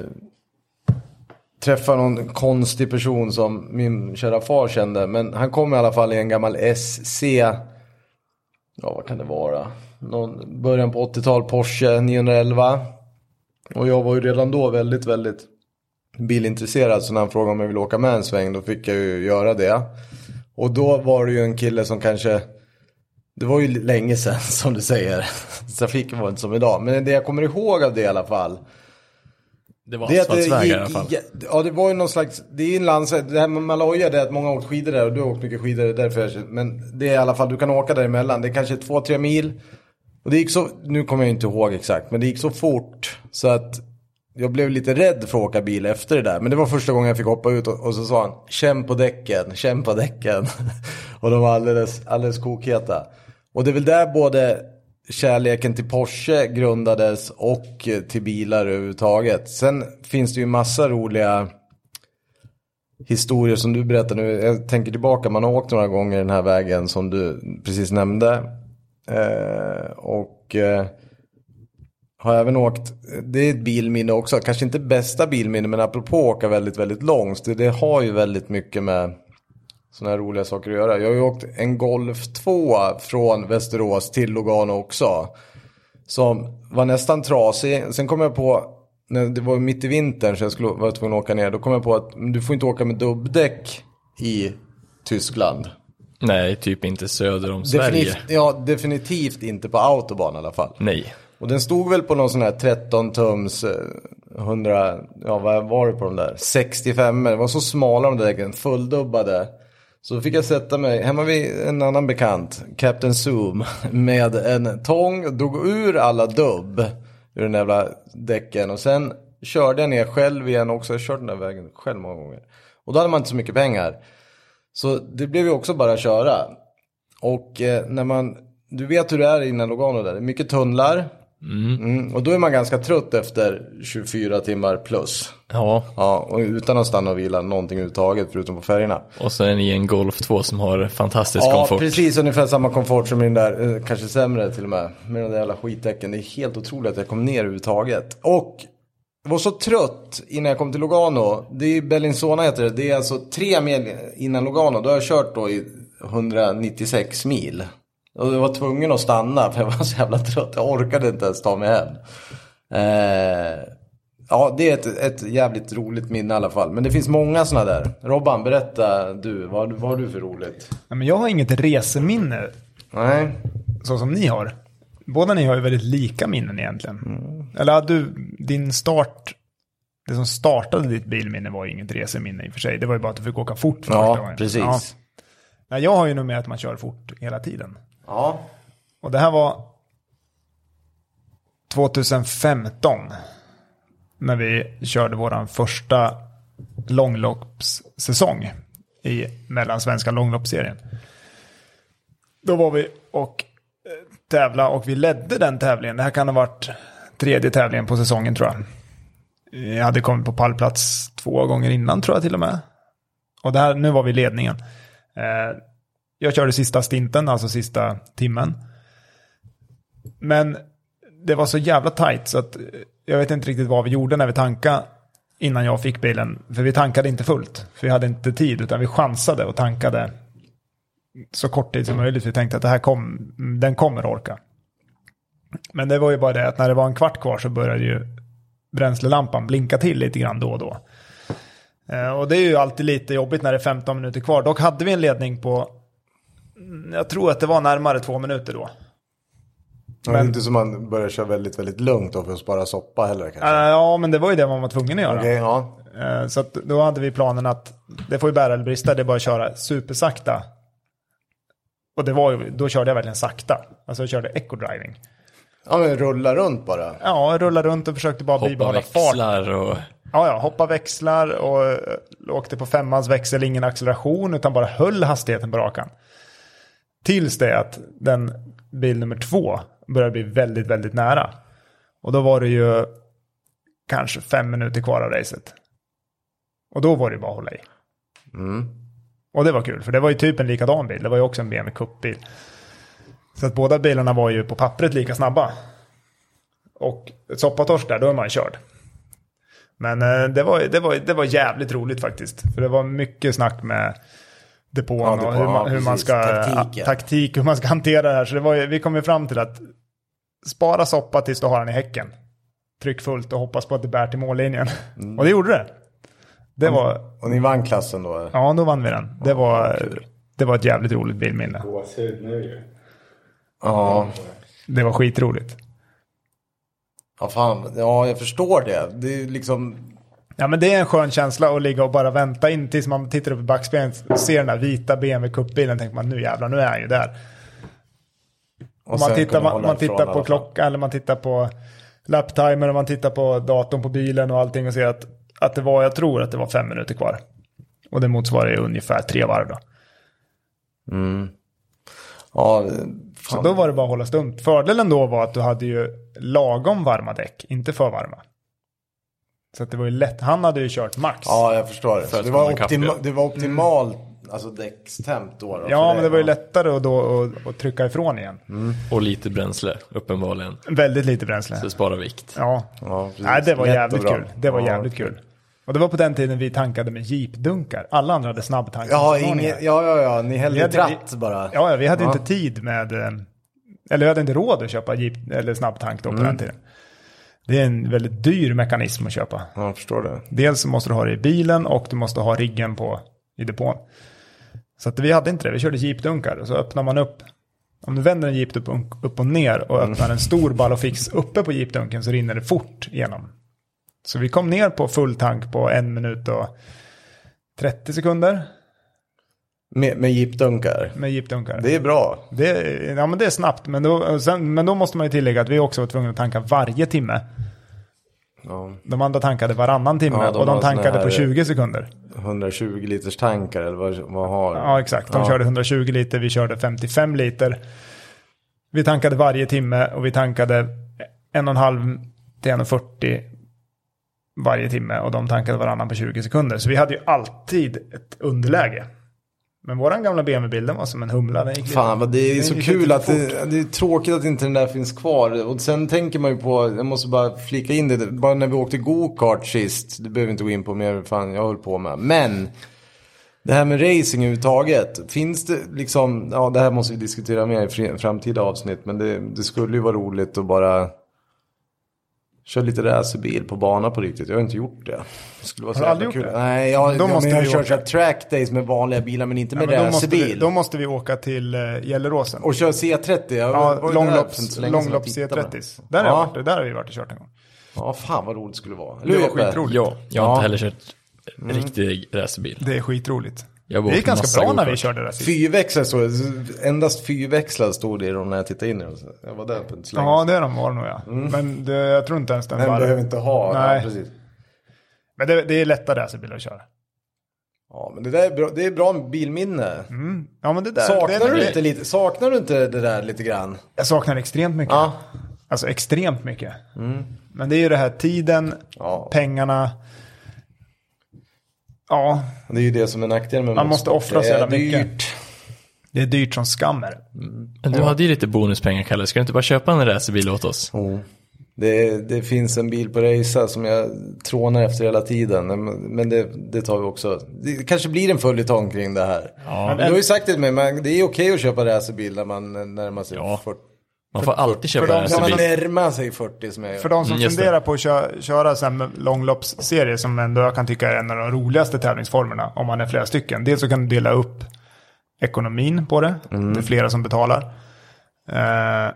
S2: träffade någon konstig person som min kära far kände. Men han kom i alla fall i en gammal SC. Ja vad kan det vara? Någon början på 80-tal Porsche 911. Och jag var ju redan då väldigt, väldigt bilintresserad. Så när han frågade om jag ville åka med en sväng då fick jag ju göra det. Och då var det ju en kille som kanske det var ju länge sedan som du säger. Trafiken var inte som idag. Men det jag kommer ihåg av det i alla fall.
S3: Det var
S2: Det är att det
S3: asfaltsvägar
S2: gick,
S3: i alla fall.
S2: ja det var ju någon slags, det är ju en landsväg, det här med Maloja det är att många har åkt skidor där och du har åkt mycket skidor det är därför jag, känner- men det är i alla fall, du kan åka däremellan, det är kanske två, tre mil. Och det gick så, nu kommer jag inte ihåg exakt, men det gick så fort så att jag blev lite rädd för att åka bil efter det där. Men det var första gången jag fick hoppa ut och, och så sa han, känn på däcken, känn på däcken. och de var alldeles, alldeles kokheta. Och det är väl där både kärleken till Porsche grundades och eh, till bilar överhuvudtaget. Sen finns det ju massa roliga historier som du berättar nu. Jag tänker tillbaka, man har åkt några gånger den här vägen som du precis nämnde. Eh, och eh, har även åkt, det är ett bilminne också, kanske inte bästa bilminne men apropå att åka väldigt, väldigt långt. Det, det har ju väldigt mycket med sådana här roliga saker att göra. Jag har ju åkt en Golf 2 från Västerås till Lugano också. Som var nästan trasig. Sen kom jag på, när det var mitt i vintern så jag skulle, var tvungen att åka ner. Då kom jag på att men du får inte åka med dubbdäck i Tyskland.
S3: Nej, typ inte söder om Sverige.
S2: Definitivt- ja, definitivt inte på autobahn i alla fall.
S3: Nej.
S2: Och den stod väl på någon sån här 13 tums, eh, 100, ja vad var det på de där, 65 Det var så smala de där däcken, fulldubbade. Så då fick jag sätta mig hemma vid en annan bekant, Captain Zoom, med en tång, drog ur alla dubb ur den där jävla däcken och sen körde jag ner själv igen också, jag körde den där vägen själv många gånger. Och då hade man inte så mycket pengar. Så det blev ju också bara att köra. Och eh, när man, du vet hur det är innan Lugano där, det är mycket tunnlar. Mm, och då är man ganska trött efter 24 timmar plus.
S3: Ja,
S2: Ja, och utan att stanna och vila någonting överhuvudtaget förutom på färgerna.
S3: och sen är ni en Golf 2 som har fantastisk komfort.
S2: precis ungefär samma komfort som i den där, eh, kanske sämre till och med. Med de där jävla skitdäcken. Det är helt otroligt att jag kom ner överhuvudtaget. Och jag var så trött innan jag kom till Lugano. Det är Bellinzona heter det. Det är alltså tre mil innan Lugano. Då har jag kört då i 196 mil. Och jag var tvungen att stanna för jag var så jävla trött. Jag orkade inte ens ta mig hem. Eh, ja, det är ett, ett jävligt roligt minne i alla fall. Men det finns många sådana där. Robban, berätta du. Vad, vad har du för roligt?
S4: Nej, men jag har inget reseminne
S2: Nej.
S4: så som ni har. Båda ni har ju väldigt lika minnen egentligen.
S3: Mm.
S4: Eller hade du din start, det som startade ditt bilminne var ju inget reseminne i och för sig. Det var ju bara att du fick åka fort. för första
S2: Ja,
S4: gången.
S2: precis.
S4: Ja.
S2: Ja.
S4: Nej, jag har ju nog med att man kör fort hela tiden. Och det här var 2015. När vi körde vår första långloppssäsong i mellansvenska långloppsserien. Då var vi och eh, tävla och vi ledde den tävlingen. Det här kan ha varit tredje tävlingen på säsongen tror jag. Jag hade kommit på pallplats två gånger innan tror jag till och med. Och det här, nu var vi i ledningen. Eh, Jag körde sista stinten, alltså sista timmen. Men det var så jävla tajt så att eh, jag vet inte riktigt vad vi gjorde när vi tankade innan jag fick bilen. För vi tankade inte fullt, för vi hade inte tid, utan vi chansade och tankade så kort tid som möjligt. Vi tänkte att det här kom, den kommer orka. Men det var ju bara det att när det var en kvart kvar så började ju bränslelampan blinka till lite grann då och då. Eh, Och det är ju alltid lite jobbigt när det är 15 minuter kvar. Dock hade vi en ledning på, mm, jag tror att det var närmare två minuter då.
S5: Men... Det är inte som man börjar köra väldigt, väldigt lugnt då för att spara soppa heller kanske.
S4: Eh, Ja, men det var ju det man var tvungen att göra.
S5: Okej, ja.
S4: Eh, Så att då hade vi planen att det får ju bära eller brista, det är bara att köra supersakta. Och det var ju, då körde jag verkligen sakta. Alltså jag körde eco-driving.
S5: Ja, men rulla runt bara.
S4: Ja, jag rullade runt och försökte bara
S3: Hoppa
S4: bibehålla fart.
S3: växlar och...
S4: Ja, ja, hoppa växlar och eh, åkte på femmans växel, ingen acceleration utan bara höll hastigheten på rakan. Tills det att den bil nummer två började bli väldigt, väldigt nära. Och då var det ju kanske fem minuter kvar av racet. Och då var det ju bara att hålla i. Och det var kul, för det var ju typ en likadan bil. Det var ju också en BMW Cup-bil. Så att båda bilarna var ju på pappret lika snabba. Och ett soppatorsk där, då är man körd. Men eh, det var, det, var, det var jävligt roligt faktiskt. För det var mycket snack med depån
S5: Ja, depå,
S4: och hur
S5: ja,
S4: man, hur man
S5: precis.
S4: ska...
S5: Taktik,
S4: Taktik,
S5: ja.
S4: taktik, hur man ska hantera det här. Så det var, ju- vi kom ju fram till att spara soppa tills du har den i häcken. Tryck fullt och hoppas på att det bär till mållinjen.
S5: Mm.
S4: Och det gjorde det. Det var...
S5: Och ni vann klassen då? eller?
S4: Ja, då vann vi den. Det var, det var ett jävligt roligt bilminne.
S6: Gåshud nu ju.
S5: Ja.
S4: Det var skitroligt.
S5: Ja, fan. Ja, jag förstår det. Det är ju liksom...
S4: Ja, men det är en skön känsla att ligga och bara vänta in tills man tittar upp i backspegeln och ser den där vita BMW Cup-bilen. tänker man nu jävlar, nu är han ju där.
S5: Och
S4: man
S5: sen
S4: tittar,
S5: kunna
S4: man,
S5: hålla
S4: man
S5: ifrån
S4: tittar
S5: i
S4: på
S5: alla fall.
S4: klockan eller man tittar på laptimer och man tittar på datorn på bilen och allting och ser att, att det var, jag tror att det var fem minuter kvar. Och det motsvarar ju ungefär tre varv då.
S5: Ja,
S4: Så
S5: fan.
S4: då var det bara att hålla stumt. Fördelen då var att du hade ju lagom varma däck, inte för varma. Så att det var ju lätt. Han hade ju kört max.
S5: ja jag förstår det. Så
S3: att
S5: det, var
S3: komma ikapp
S5: optima-
S3: det.
S5: det var optimal alltså, däckstemp då? då för
S4: Ja,
S5: dig,
S4: men det var ju lättare att, då, att, att trycka ifrån igen.
S3: Och lite bränsle, uppenbarligen.
S4: Väldigt lite bränsle.
S3: Så spara vikt.
S4: Ja,
S5: Ja, precis.
S4: Nej, det var
S5: Lätt och
S4: jävligt
S5: bra.
S4: kul. Det var
S5: Ja.
S4: jävligt kul. Och det var på den tiden vi tankade med jeepdunkar. Alla andra hade
S5: Ja,
S4: snabbtankningsanordningar.
S5: ingen, ja, ja, ja, ni hällde
S4: Vi
S5: i
S4: hade-
S5: tratt bara.
S4: Ja, ja, vi hade ju inte tid med... eh, Eller vi hade inte råd att köpa jeep, eller snabbtank då på
S5: Mm.
S4: den tiden. Det är en väldigt dyr mekanism att köpa.
S5: Ja, jag förstår det.
S4: Dels så måste du ha det i bilen och du måste ha riggen på i depån. Så att vi hade inte det, vi körde jeepdunkar och så öppnar man upp. Om du vänder en jeepdunk upp- upp och ner
S5: Mm.
S4: och öppnar en stor ball och fix uppe på jeepdunken så rinner det fort igenom. Så vi kom ner på full tank på en minut och 30 sekunder
S5: Med, med jeepdunkar.
S4: med jeepdunkar. Det...
S5: Det är bra.
S4: är- ja, men det är snabbt, men då, sen, men då måste man ju tillägga att vi också var tvungna att tanka varje timme.
S5: Ja,
S4: De andra tankade varannan timme
S5: Ja, de
S4: och de
S5: har såna
S4: tankade på
S5: här-
S4: 20 sekunder.
S5: 120 liters tankar eller vad, vad har
S4: Ja, exakt. De körde 120 liter, vi körde 55 liter. Vi tankade varje timme och vi tankade 1,5 till 1,40 varje timme och de tankade varannan på 20 sekunder. Så vi hade ju alltid ett underläge. Men våran gamla BMW-bil, den var som en humla. Den gick
S5: Fan vad det är
S4: den
S5: så
S4: gick
S5: kul
S4: lite
S5: att det, det är tråkigt att inte den där finns kvar. Och sen tänker man ju på, jag måste bara flika in det, bara när vi åkte go-kart sist, det behöver vi inte gå in på mer, fan jag höll på med. Men, det här med racing överhuvudtaget, finns det liksom, ja det här måste vi diskutera mer i fri- framtida avsnitt, men det, det skulle ju vara roligt att bara köra lite racerbil på bana på riktigt. Jag har inte gjort det. det skulle vara så
S4: du
S5: jävla
S4: aldrig
S5: kul.
S4: gjort det?
S5: Nej, jag,
S4: Då
S5: ja,
S4: måste
S5: men jag har
S4: vi
S5: kört
S4: åka.
S5: så här track days med vanliga bilar men inte
S4: Ja,
S5: med
S4: men då, måste vi,
S5: racerbil.
S4: då måste vi åka till eh, Gelleråsen.
S5: Och kör C30. Jag var
S4: Ja,
S5: ju där för inte
S4: långlopps,
S5: så länge sedan och
S4: långlopps
S5: tittade på det.
S4: C30. Där, har jag
S5: Ja.
S4: varit, där har vi varit och kört en gång.
S5: Ja, fan vad roligt det skulle vara.
S4: Det var
S5: Jeppe?
S4: skitroligt.
S3: Ja, jag har
S5: Ja.
S3: inte heller kört riktig racerbil.
S4: Det är skitroligt.
S3: Jag
S4: Det
S3: har
S4: gick
S3: åkt
S4: ganska
S3: massa
S4: bra när vi
S3: go-kart.
S4: körde där sist.
S5: Fyrväxlad stod det. Endast fyrväxlad stod det i dem när jag tittade in i dem. Så Jag var där för inte så länge
S4: Ja,
S5: sedan.
S4: det är de var nog ja. Men det, jag tror inte ens den
S5: Den
S4: var...
S5: behöver inte ha.
S4: Nej.
S5: Ja, precis.
S4: Men det, det är lätta racerbilar att köra.
S5: ja, men det där är bra, det är bra med bilminne.
S4: Mm. Ja, men det där, det,
S5: Saknar,
S4: det,
S5: du inte lite, saknar du inte det där lite grann?
S4: Jag saknar extremt mycket.
S5: Ja. Mm.
S4: Alltså extremt mycket. Men det är ju det här tiden,
S5: Ja.
S4: pengarna. Ja,
S5: Det är ju det som är nackdelen med
S4: Man måste
S5: motorsport.
S4: offra så
S5: Det är
S4: jävla mycket.
S5: dyrt.
S4: det är dyrt som skammer.
S3: Men du hade ju lite bonuspengar, Kalle. Ska du inte bara köpa en racerbil åt oss?
S5: Det, det finns en bil på Rejsa som jag trånar efter hela tiden. Men- Men det, det tar vi också. Det kanske blir en följetong kring det här. Men Du har ju sagt det till mig, men det är okej att köpa racerbil när man närmar sig
S3: Ja.
S5: 40.
S3: Man får alltid köpa
S4: för de
S3: en
S5: Kan man
S3: racerbil.
S5: närma sig 40 som jag gör?
S4: För de som
S3: Mm, just det.
S4: funderar på att köra, köra sån här långloppsserie som ändå jag kan tycka är en av de roligaste tävlingsformerna om man är flera stycken. Dels så kan du dela upp ekonomin på det.
S5: Mm.
S4: Det är flera som betalar. Eh,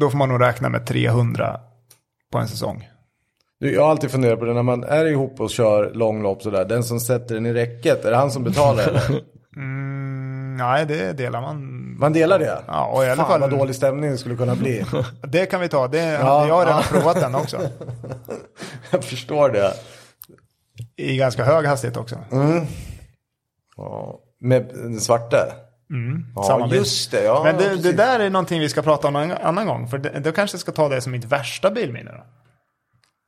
S4: då får man nog räkna med 300 på en säsong.
S5: Du, Jag har alltid funderat på det när man är ihop och kör långlopp sådär. Den som sätter den i räcket, är det han som betalar eller?
S4: Mm, nej, det delar man.
S5: Man delar det?
S4: Ja, och i alla
S5: Fan vad
S4: fall-
S5: dålig stämning det skulle kunna bli.
S4: Det kan vi ta. Det,
S5: Ja,
S4: jag har redan
S5: ja.
S4: provat den också.
S5: jag förstår det.
S4: I ganska hög hastighet också.
S5: Ja. Med den svarta? ja,
S4: Mm. samma bild.
S5: just det. Ja,
S4: Men det,
S5: precis.
S4: det där är någonting vi ska prata om en annan gång. För det, då kanske jag ska ta det som mitt värsta bilminne då.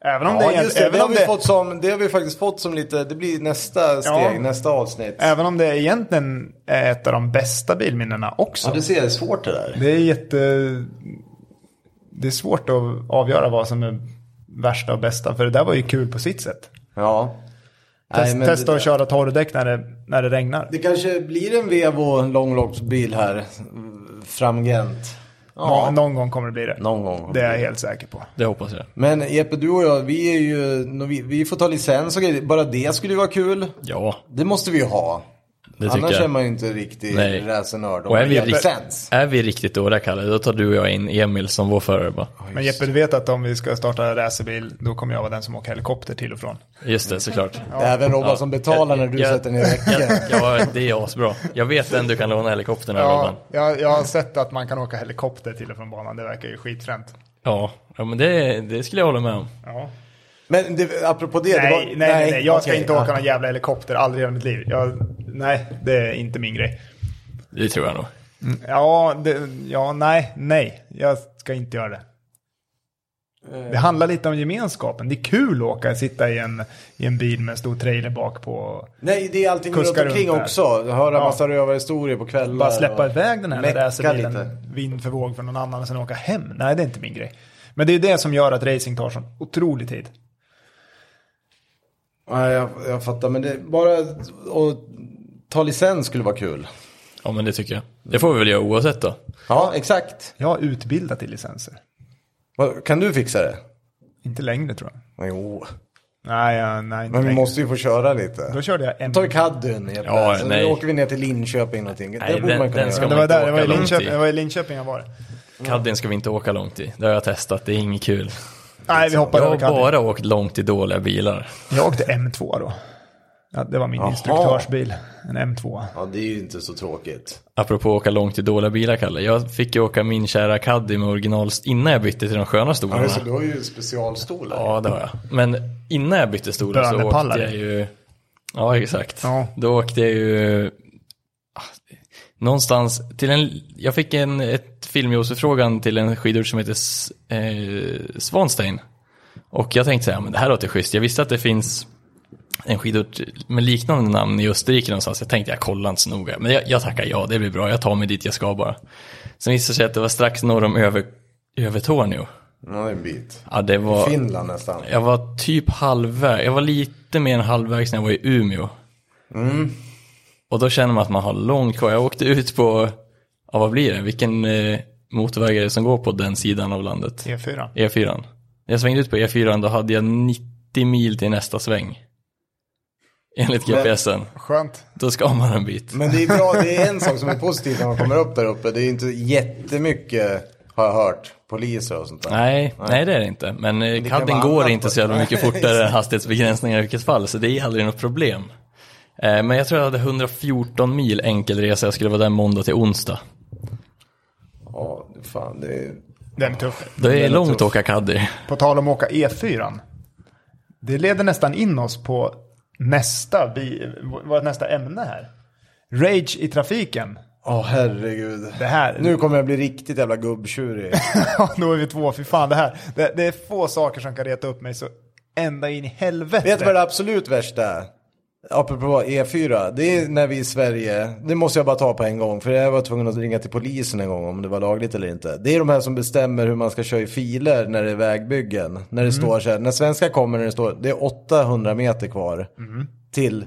S4: Även om det
S5: Ja,
S4: är...
S5: just det.
S4: även
S5: Det har,
S4: om
S5: vi fått som, det har vi faktiskt fått som lite, det blir nästa steg, nästa avsnitt.
S4: Även om det egentligen är ett av de bästa bilminnena också.
S5: Ja, du ser, det är svårt det där.
S4: Det är jätte... Det är svårt att avgöra vad som är värsta och bästa. För det där var ju kul på sitt sätt.
S5: Ja.
S4: Test,
S5: Nej, men
S4: testa
S5: det,
S4: att köra torrdäck när det, när det regnar.
S5: det kanske blir en Vevo långloppsbil här mm, framgent.
S4: Nå, någon gång kommer det bli det.
S5: Någon gång.
S4: Det är jag helt säker på.
S3: Det hoppas jag.
S5: Men Jeppe, du och jag, vi är ju, no- vi, vi får ta licens och grejer. Bara det skulle ju vara kul.
S3: Ja,
S5: Det måste vi ju ha.
S3: det tycker
S5: Annars
S3: jag.
S5: är man ju inte riktig
S3: Nej.
S5: racernörd. om
S3: Och är
S5: man
S3: vi,
S5: har
S3: rikt-
S5: licens.
S3: är vi riktigt dåliga Kalle, då tar du och jag in Emil som vår förare bara.
S4: Men Jeppe, du vet att om vi ska starta racerbil, då kommer jag vara den som åker helikopter till och från.
S3: Just det, såklart.
S5: Även Robban som betalar när du
S3: Jag-
S5: sätter ner räcket.
S3: Ja, det är asbra. Jag vet vem du kan låna helikoptern av Robban.
S4: jag, jag har sett att man kan åka helikopter till och från banan. Det verkar ju skitfränt.
S3: Ja, ja men det, det skulle jag hålla med om.
S4: Ja.
S5: Men det, apropå det. det
S4: Nej,
S5: var,
S4: nej, nej, nej, jag ska
S5: okej,
S4: inte åka
S5: ja.
S4: någon jävla helikopter. Aldrig i hela mitt liv. Jag, nej, det är inte min grej.
S3: Det tror jag nog.
S5: Mm.
S4: Ja, det, ja, nej, nej. Jag ska inte göra det. Det handlar lite om gemenskapen. Det är kul att åka, sitta i en, i en bil med en stor trailer bak på.
S5: Nej, det är allting runt
S4: Kuskar
S5: omkring
S4: runt där.
S5: också. Höra
S4: Ja.
S5: massa rövarhistorier på kvällar.
S4: Bara släppa
S5: och
S4: iväg den här
S5: mecka
S4: racerbilen
S5: lite.
S4: vind för våg från någon annan och sen åka hem. Nej, det är inte min grej. Men det är det som gör att racing tar sån otrolig tid.
S5: Nej, jag, jag fattar. Men det, bara att ta licens skulle vara kul.
S3: Ja, men det tycker jag. Mm. Det får vi väl göra oavsett då.
S5: Ja, exakt.
S4: Jag har utbildat till licenser.
S5: Vad- Kan du fixa det?
S4: Inte längre tror jag.
S5: Jo,
S4: Nej, ja, nej inte
S5: men vi
S4: längre.
S5: måste ju få köra
S4: Då
S5: lite.
S4: körde jag en...
S5: Då tar vi caddien. Jeppe.
S3: Ja,
S5: Så
S3: nej.
S5: Nu åker vi ner till Linköping någonting.
S3: Nej,
S5: det borde
S3: den-
S5: man kunna
S3: den ska
S5: göra.
S4: Det var, där,
S3: Åka
S4: det, var i
S3: långt
S4: Linköping,
S3: i.
S4: det var i Linköping jag var.
S3: Caddien ska vi inte åka långt i. Det har jag testat, det är inget kul.
S4: Nej, vi hoppade
S3: Jag
S4: över
S3: har
S4: kanten.
S3: bara åkt långt i dåliga bilar.
S4: Jag åkte M2 då. Ja, det var min
S5: Jaha.
S4: instruktörsbil. En M2.
S5: Ja, det är ju inte så tråkigt.
S3: Apropå åka långt i dåliga bilar Kalle. Jag fick ju åka min kära Caddy med original innan jag bytte till de sköna stolarna.
S5: du har ju specialstolar.
S3: Ja, det har jag. Men innan jag bytte stolen så åkte
S4: Bönepallar.
S3: jag ju... Ja, exakt.
S4: Ja.
S3: Då åkte jag ju... ah, Någonstans till en... Jag fick en ett filmjobbsförfrågan till en skidort som heter S- eh, Svanstein. Och jag tänkte så här, men det här låter schysst. Jag visste att det finns en skidort med liknande namn i Österrike någonstans. Jag tänkte jag kollar inte så noga. Men jag, jag tackar ja, det blir bra. Jag tar mig dit jag ska bara. Sen visade det sig att det var strax norr om Över, Övertorneå.
S5: Ja, det är en bit.
S3: Ja, det var...
S5: Finland nästan.
S3: Jag var typ halvvägs, jag var lite mer än halvvägs när jag var i Umeå. Och då känner man att man har långt kvar. Jag åkte ut på, ja vad blir det, vilken eh, motorväg är det som går på den sidan av landet?
S4: E4.
S3: E4. Jag svängde ut på E4, då hade jag 90 mil till nästa sväng. Enligt GPSen.
S4: Skönt.
S3: Då ska man en bit.
S5: Men det är bra, det är en sak som är positiv när man kommer upp där uppe. Det är inte jättemycket, har jag hört, poliser och sånt där.
S3: Nej, nej det är det inte. Men eh,
S5: kan
S3: kadden
S5: vara
S3: går
S5: annat
S3: inte
S5: på-
S3: så jävla mycket fortare än hastighetsbegränsningar i vilket fall, så det är aldrig något problem. Eh, Men jag tror jag hade 114 mil enkel resa, jag skulle vara där måndag till onsdag.
S5: Ja, fan det är...
S4: Den är tuff.
S3: Det är
S5: är
S3: långt att
S5: tufft.
S3: åka caddy.
S4: På tal om att åka E4. Det leder nästan in oss på nästa, bi- vårt nästa ämne här. Rage i trafiken.
S5: Åh herregud.
S4: Det här.
S5: Nu kommer jag bli riktigt jävla gubbtjurig.
S4: Ja, då är vi två. Fy fan, det här. Det, det är få saker som kan reta upp mig så ända in i helvete.
S5: Vet du vad det absolut värsta är? Apropå E4, det är när vi i Sverige, det måste jag bara ta på en gång, för jag var tvungen att ringa till polisen en gång om det var lagligt eller inte. Det är de här som bestämmer hur man ska köra i filer när det är vägbyggen.
S4: Mm.
S5: När det står så här, när svenskar kommer, när det står, det är 800 meter kvar till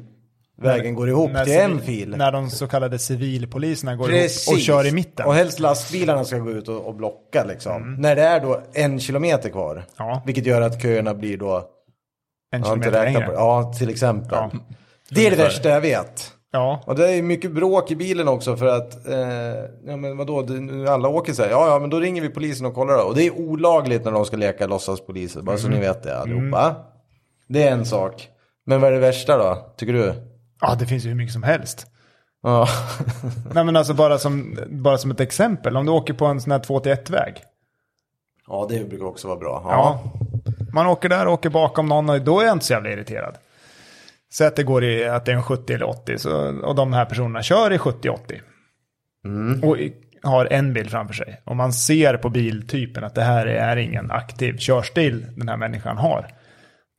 S5: vägen går ihop
S4: Mm. När
S5: till en
S4: civil-
S5: fil.
S4: När de så kallade civilpoliserna går
S5: Precis.
S4: ihop och kör i mitten. Mm.
S5: Och helst lastbilarna ska gå ut och, och blocka liksom. När det är då en kilometer kvar.
S4: Ja.
S5: Vilket gör att köerna blir då...
S4: en
S5: Jag har inte
S4: kilometer
S5: räknat
S4: längre.
S5: på det.
S4: Ja.
S5: Ja, till exempel.
S4: Ja.
S5: Det är det
S3: Ungefär.
S5: värsta jag vet. Och det är mycket bråk i bilen också för att, eh, ja men vadå, det, nu alla åker så här, ja ja men då ringer vi polisen och kollar då. Och det är olagligt när de ska leka låtsaspoliser, bara så ni
S4: Mm.
S5: vet det allihopa. Det är en sak. Men vad är det värsta då, tycker du?
S4: ja, det finns ju hur mycket som helst.
S5: Ja,
S4: Nej men alltså bara som, bara som ett exempel. Om du åker på en sån här 2 till 1 väg.
S5: ja det brukar också vara bra.
S4: Ja. Man åker där och åker bakom någon och då är jag inte så jävla irriterad. Säg att det går i att det är en 70 eller 80 så, och de här personerna kör i 70-80. Och i, har en bil framför sig. Och man ser på biltypen att det här är ingen aktiv körstil den här människan har.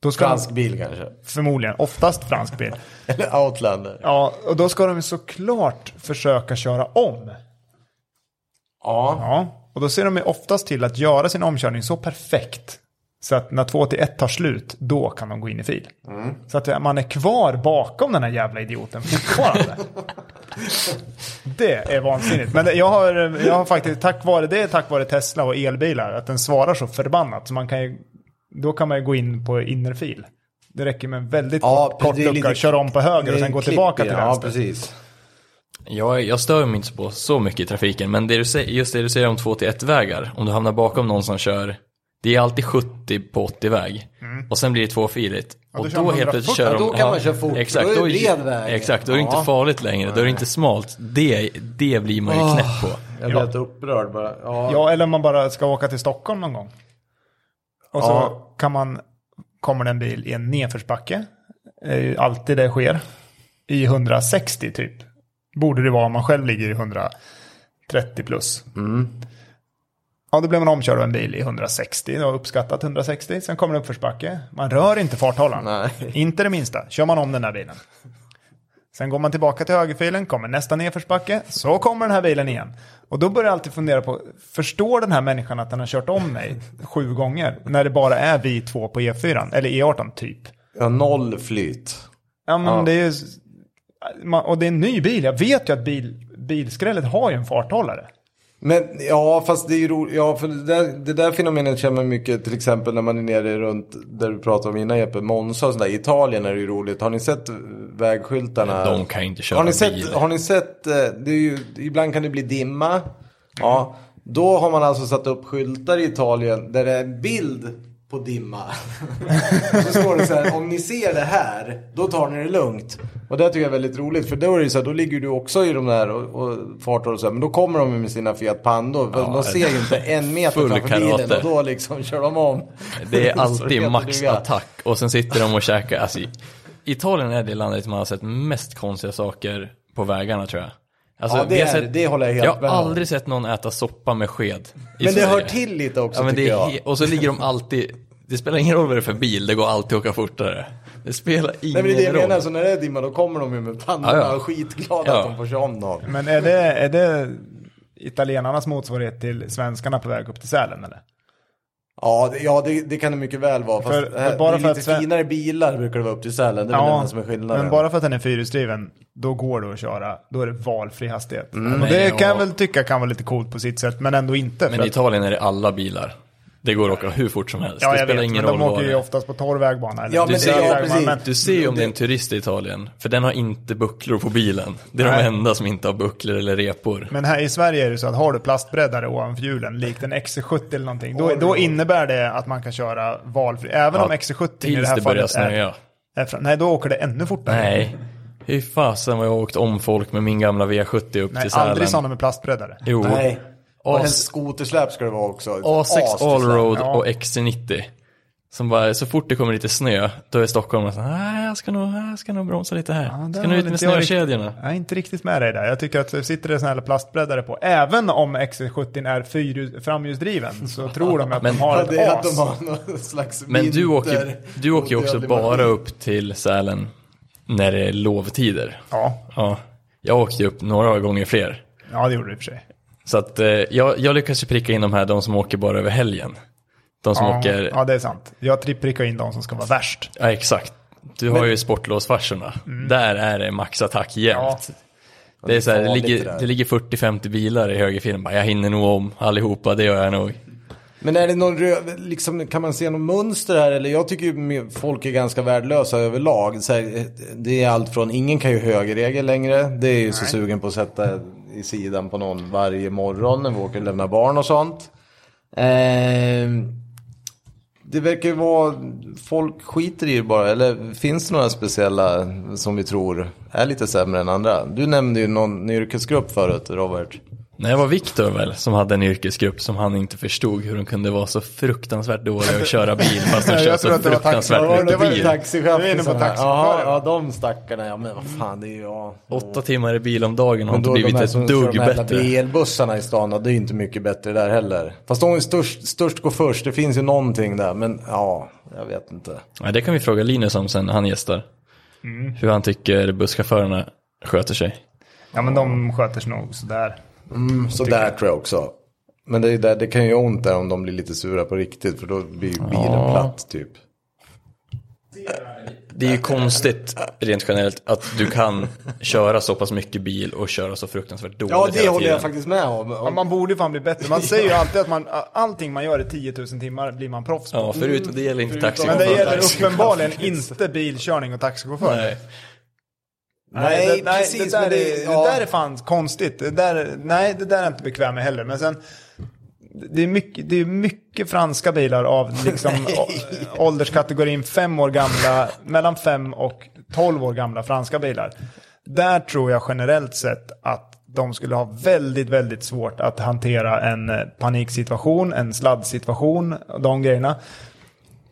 S4: Då ska
S5: Fransk
S4: de,
S5: bil kanske,
S4: förmodligen, oftast fransk bil.
S5: eller outlander.
S4: Ja, och då ska de såklart försöka köra om.
S5: Ja,
S4: Ja, och då ser de ju oftast till att göra sin omkörning så perfekt. Så att när 2 till 1 tar slut, då kan de gå in i fil.
S5: Mm.
S4: Så att man är kvar bakom den här jävla idioten fortfarande. det är vansinnigt. Men det- jag har, jag har faktiskt, tack vare det, tack vare Tesla och elbilar, att den svarar så förbannat. Så man kan ju, då kan man ju gå in på innerfil. Det räcker med en väldigt
S5: Ja,
S4: kort, kort
S5: det är
S4: lucka,
S5: lite-
S4: köra om på höger och
S5: Det är
S4: sen gå
S5: klipp
S4: tillbaka
S5: i
S4: till
S5: det. Ja,
S4: vänster.
S5: precis.
S3: Jag, jag stör mig inte på så mycket i trafiken, men det du, sä- just det du säger om 2 till 1 vägar, om du hamnar bakom någon som kör, det är alltid 70 på 80 väg och sen blir det tvåfiligt. och
S4: kör
S3: då
S4: man
S3: helt plötsligt
S4: 140.
S3: kör
S5: Mm. Ja, då
S3: de...
S5: kan man köra fort. Då är det bred väg.
S3: Exakt, då är det
S5: Ja.
S3: inte farligt längre, då är det inte smalt. Det, det blir man ju knäpp på.
S5: Jag blir helt upprörd bara. Ja.
S4: Ja, eller om man bara ska åka till Stockholm någon gång. Och så
S5: Ja.
S4: kan man, kommer det en bil i en nedförsbacke, det är ju alltid det sker, i 160 typ. Borde det vara om man själv ligger i 130 plus.
S5: Mm.
S4: Ja, då blir man omkörd av en bil i 160, då uppskattat 160, sen kommer det uppförsbacke. Man rör inte farthållaren,
S5: Nej.
S4: inte det minsta, kör man om den här bilen. Sen går man tillbaka till högerfilen, kommer nästa nedförsbacke, så kommer den här bilen igen. Och då börjar jag alltid fundera på, förstår den här människan att den har kört om mig sju gånger? När det bara är vi två på E4, eller E18 typ.
S5: ja, noll flyt.
S4: Ja, men det är ju... man- Och det är en ny bil, jag vet ju att bil, bilskrället har ju en farthållare.
S5: Men ja, fast det är ju roligt. Ja, för det där, det där fenomenet känner man mycket till exempel när man är nere runt där du pratade om innan Jeppe, Monza och sådär. I Italien är det ju roligt. Har ni sett vägskyltarna?
S3: De kan ju inte köra
S5: Har ni
S3: bil.
S5: sett, har ni sett eh, det är ju, ibland kan det bli dimma. Ja, då har man alltså satt upp skyltar i Italien där det är en bild på dimma. så står det så här, om ni ser det här, då tar ni det lugnt. Och det tycker jag är väldigt roligt, för då är det ju så här, då ligger du också i de där och, och fartar och så här, men då kommer de ju med sina Fiat Pandor, för de ser ju inte en meter
S3: full
S5: framför bilen
S3: karate.
S5: och då liksom kör de om.
S3: Det är
S5: Så heter
S3: alltid
S5: det duga.
S3: maxattack och sen sitter de och käkar. Alltså, i- Italien är det landet man har sett mest konstiga saker på vägarna tror jag. Alltså,
S5: Ja, det
S3: vi har
S5: är- det håller jag helt
S3: Jag
S5: med
S3: har
S5: om.
S3: aldrig sett någon äta soppa med sked. i
S5: Men det
S3: Sverige.
S5: hör till lite också
S3: Ja, men det
S5: tycker
S3: är
S5: jag.
S3: he- och så ligger de alltid, det spelar ingen roll vad det är för bil, det går alltid att åka fortare. Det spelar
S5: Nej
S3: ingen
S5: men det är det jag
S3: roll.
S5: menar, så när det är dimma då kommer de ju med pannorna
S3: Ja, ja.
S5: och skitglada
S3: Ja.
S5: att de får köra om någon.
S4: Men är det, är det italienarnas motsvarighet till svenskarna på väg upp till Sälen eller?
S5: Ja, det, ja det, det kan det mycket väl vara. Fast
S4: För- för
S5: här,
S4: bara
S5: det
S4: för
S5: är
S4: att
S5: lite
S4: Sven-
S5: finare bilar brukar det vara upp till Sälen. Det är väl det enda som är skillnaden.
S4: men bara för att den är fyrhjulsdriven, då går det att köra, då är det valfri hastighet.
S5: Mm.
S4: och
S3: Nej,
S4: det kan jag
S3: och-
S4: väl tycka kan vara lite coolt på sitt sätt, men ändå inte.
S3: Men
S4: för
S3: i Italien är det alla bilar. Det går att åka hur fort som helst.
S4: Ja,
S3: det
S4: jag
S3: spelar
S4: vet,
S3: ingen
S4: men
S3: roll
S4: de
S3: vad
S4: åker
S3: det
S4: ju
S3: är.
S4: oftast på torr vägbana. Eller?
S5: Ja,
S4: lite
S5: men det-
S4: slö
S5: ja,
S4: vägbana,
S5: precis.
S4: men-
S3: Du ser ju om det är en turist i Italien, för den har inte bucklor på bilen. Det är
S4: Nej.
S3: de enda som inte har bucklor eller repor.
S4: Men här i Sverige är det så att har du plastbreddare ovanför hjulen, likt en XC70 eller någonting, då, då innebär det att man kan köra valfri. Även
S3: Ja,
S4: om XC70 i det
S3: Tills
S4: här
S3: det börjar
S4: fallet
S3: snöa.
S4: är, är fram, Nej, då åker det ännu fortare.
S3: Nej, hur fasen vad jag har åkt om folk med min gamla V70 upp
S4: Nej
S3: till Sälen.
S4: aldrig sådana med plastbreddare.
S3: Jo,
S5: Nej. Och
S3: As-
S5: helst skotersläp ska det vara också. Ett
S3: A6
S5: as till
S2: liksom.
S5: släp.
S3: Allroad
S4: ja.
S3: och XC90. Som bara, så fort det kommer lite snö, då är Stockholm så här, nej jag ska nog, jag ska nog bromsa lite här.
S4: där
S3: ska nu
S4: håller
S3: ut med
S4: inte jag rikt-
S3: snökedjorna.
S4: Jag är inte riktigt med dig där. Jag tycker att sitter det sådana här plastbreddare på, även om XC70 är fyrhjul- framhjulsdriven, så tror de att
S3: Men-
S4: de har
S5: Ja,
S4: ett
S5: det är att
S4: as.
S5: de har någon slags
S3: Men du åker,
S5: vinter-
S3: du åker ju också
S5: odödlig
S3: bara
S5: maskin.
S3: upp till Sälen när det är lovtider.
S4: Ja,
S3: Ja, jag åkte ju upp några gånger fler.
S4: ja, det gjorde det i och för sig.
S3: Så att eh, jag, jag lyckas ju pricka in de här, de som åker bara över helgen. De som
S4: Ja,
S3: åker,
S4: ja, det är sant. Jag prickar in de som ska vara värst.
S3: ja exakt. du har ju sportlovsfarsorna.
S4: Mm.
S3: Där är det maxattack jämt. Det, är så här, det,
S2: farligt
S3: ligger,
S2: det där.
S3: det ligger 40-50 bilar i högerfilen. Bara, Jag hinner nog om allihopa, det gör jag nog.
S2: Men är det någon röd, liksom, kan man se något mönster här? Eller jag tycker ju med- folk är ganska värdelösa överlag. Så här, eh, det är allt från, ingen kan ju högerregel längre. Det är ju så sugen på att sätta i sidan på någon varje morgon när vi åker och lämnar barn och sånt. Ehm, det verkar ju vara, folk skiter i det bara. Eller finns det några speciella som vi tror är lite sämre än andra? Du nämnde ju någon yrkesgrupp förut, Robert.
S3: När jag var Viktor väl, som hade en yrkesgrupp som han inte förstod hur de kunde vara så fruktansvärt dåliga att köra bil fast de
S4: Jag
S3: kör
S4: tror
S3: så
S4: att det var taxi-
S2: Ja,
S3: fruktansvärt
S2: det
S3: mycket
S2: var ju
S3: bil.
S2: taxichaufförer.
S4: Du är inne på
S2: som här.
S4: taxichaufförer.
S2: Ja, ja, de stackarna. Ja, men vad fan, det är ju... Ja.
S3: Åtta timmar i bil om dagen har inte
S2: de
S3: blivit
S2: här
S3: ett
S2: som kör
S3: dugg
S2: de här jävla
S3: bättre.
S2: BL-bussarna i stan, det är ju inte mycket bättre där heller. Fast de är störst, störst går först, det finns ju någonting där. Men ja, jag vet inte.
S3: Ja, det kan vi fråga Linus om sen när han gästar. Hur han tycker busschaufförerna sköter sig.
S4: Ja, men de sköter sig nog sådär.
S2: Så där tror jag också. Men det, är där, det kan ju göra ont där om de blir lite sura på riktigt, för då blir ju bilen platt typ.
S3: Det är ju konstigt rent generellt att du kan köra så pass mycket bil och köra så fruktansvärt dåligt
S2: Ja, det
S3: hela
S2: håller
S3: tiden.
S2: jag faktiskt med om.
S4: Ja, man borde ju fan bli bättre. Man säger ju alltid att man, allting man gör i 10 000 timmar blir man proffs på.
S3: Ja, förutom det gäller inte
S4: Men det
S3: taxichaufförer.
S4: gäller uppenbarligen inte bilkörning och taxichaufför.
S3: Nej.
S2: Nej,
S4: det, nej,
S2: precis,
S4: Det där,
S2: men det-
S4: är,
S2: ja.
S4: det där är fan konstigt. Det där, nej, det där är jag inte bekväm med heller. Men sen, det är mycket, det är mycket franska bilar av liksom, å- ålderskategorin fem år gamla, mellan fem och tolv år gamla franska bilar. Där tror jag generellt sett att de skulle ha väldigt, väldigt svårt att hantera en eh, paniksituation, en sladdsituation, och de grejerna.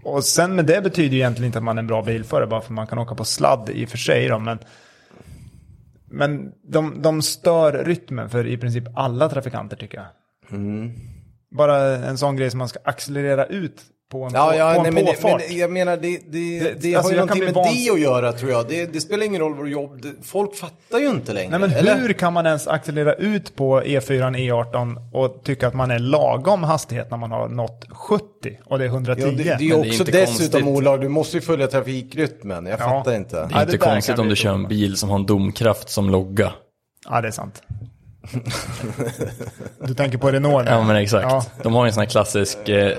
S4: Och sen med det betyder ju egentligen inte att man är en bra bilförare bara för man kan åka på sladd i och för sig då, men men de, de stör rytmen för i princip alla trafikanter tycker jag.
S2: Mm.
S4: Bara en sån grej som man ska accelerera ut på en,
S2: Ja,
S4: på,
S2: ja
S4: på
S2: nej,
S4: en
S2: men,
S4: påfart.
S2: men jag menar det, det, det,
S4: Det-
S2: har
S4: alltså,
S2: ju
S4: jag kan
S2: någonting
S4: bli
S2: med
S4: vans-
S2: det att göra tror jag. Det, det spelar ingen roll vad du jobbar, det- folk fattar ju inte längre.
S4: Nej, men
S2: eller?
S4: hur kan man ens accelerera ut på E E4, E18 och tycka att man är lagom hastighet när man har nått 70 och det är 110?
S2: Ja, det, det är ju
S3: Men det är
S2: också
S3: inte
S2: dessutom
S3: konstigt.
S2: olagligt, du måste ju följa trafikrytmen, jag
S4: Ja.
S2: fattar inte.
S3: Det är
S4: Ja,
S3: inte
S4: det där
S3: konstigt
S4: kan
S3: om
S4: vi
S3: du kör en
S4: prova.
S3: bil som har en domkraft som logga.
S4: Ja, det är sant. Du tänker på Renault?
S3: Ja men exakt.
S4: Ja.
S3: De har ju en sån här klassisk eh,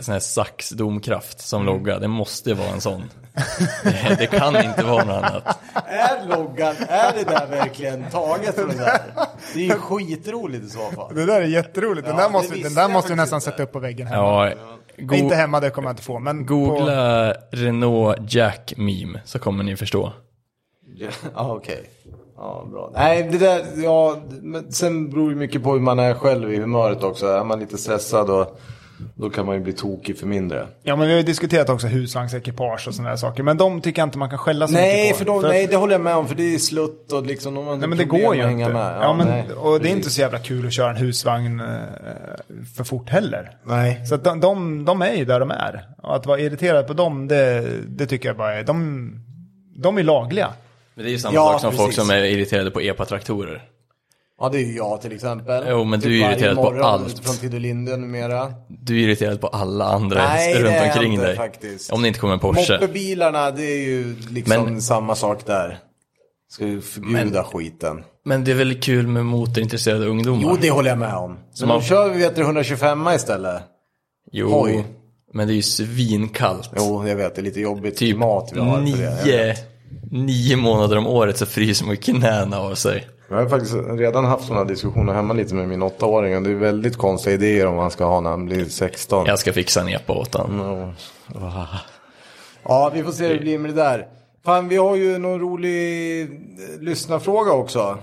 S3: sån här saxdomkraft som logga. Det måste vara en sån. Det, det kan inte vara något annat.
S2: Är loggan, är det där verkligen taget från det där? Det är ju skitroligt i så fall.
S4: Det där är jätteroligt. den där
S2: det
S4: måste,
S2: visste
S4: den där
S2: jag
S4: måste vi
S2: faktiskt inte.
S4: nästan sätta upp på väggen
S3: Ja,
S4: hemma. Inte
S3: go-
S4: hemma, det kommer jag inte få. Men På,
S3: googla Renault Jack meme så kommer ni förstå.
S2: Ja, okej. Ja, bra. Nej, det där, ja, men sen beror ju mycket på hur man är själv i humöret också. Är man lite stressad och då kan man ju bli tokig för mindre.
S4: ja, men vi har ju diskuterat också husvagnsekipage och sådana där saker. Men de tycker jag inte man kan skälla så
S2: Nej,
S4: mycket
S2: för
S4: på.
S2: de,
S4: att-
S2: nej, det håller jag med om. För det är slutt och liksom... de har
S4: Nej men det
S2: problem
S4: går
S2: att
S4: ju
S2: hänga
S4: inte.
S2: Med.
S4: Ja, men,
S2: nej,
S4: och det är inte
S2: precis.
S4: så jävla kul att köra en husvagn eh, för fort heller.
S2: Nej.
S4: Så att de, de, de är ju där de är. Och att vara irriterad på dem, det, det tycker jag bara är... De, de är lagliga.
S3: Men det är ju samma
S2: Ja,
S3: sak som folk
S2: precis.
S3: som är irriterade på EPA-traktorer.
S2: Ja, det är ju jag till exempel.
S3: Jo, men du är
S2: Typ varje
S3: irriterad på
S2: morgon
S3: allt.
S2: Från Tidölinde numera.
S3: Du är irriterad på alla andra
S2: Nej, det är
S3: runt
S2: jag
S3: omkring
S2: inte
S3: dig.
S2: faktiskt.
S3: Om det inte kommer en Porsche.
S2: Moppebilarna, det är ju liksom
S3: Men-
S2: samma sak där. Ska ju förbjuda skiten.
S3: Men det är väl kul med motorintresserade ungdomar?
S2: Jo, det håller jag med om. Men
S3: man-
S2: då kör vi vet du, 125 istället.
S3: Jo,
S2: Hoj.
S3: men det är ju svinkallt.
S2: Jo, jag vet. Det är lite jobbigt
S3: typ
S2: klimat vi har för det.
S3: nio, nio månader om året så fryser man ju knäna av sig.
S2: Jag har faktiskt redan haft sådana diskussioner hemma lite med min åttaåring. Och det är väldigt konstiga idéer om han ska ha när han blir 16.
S3: Jag ska fixa en epa åt han.
S2: Mm. Ja, vi får se hur det blir med det där. Fan, vi har ju någon rolig eh, lyssnarfråga också.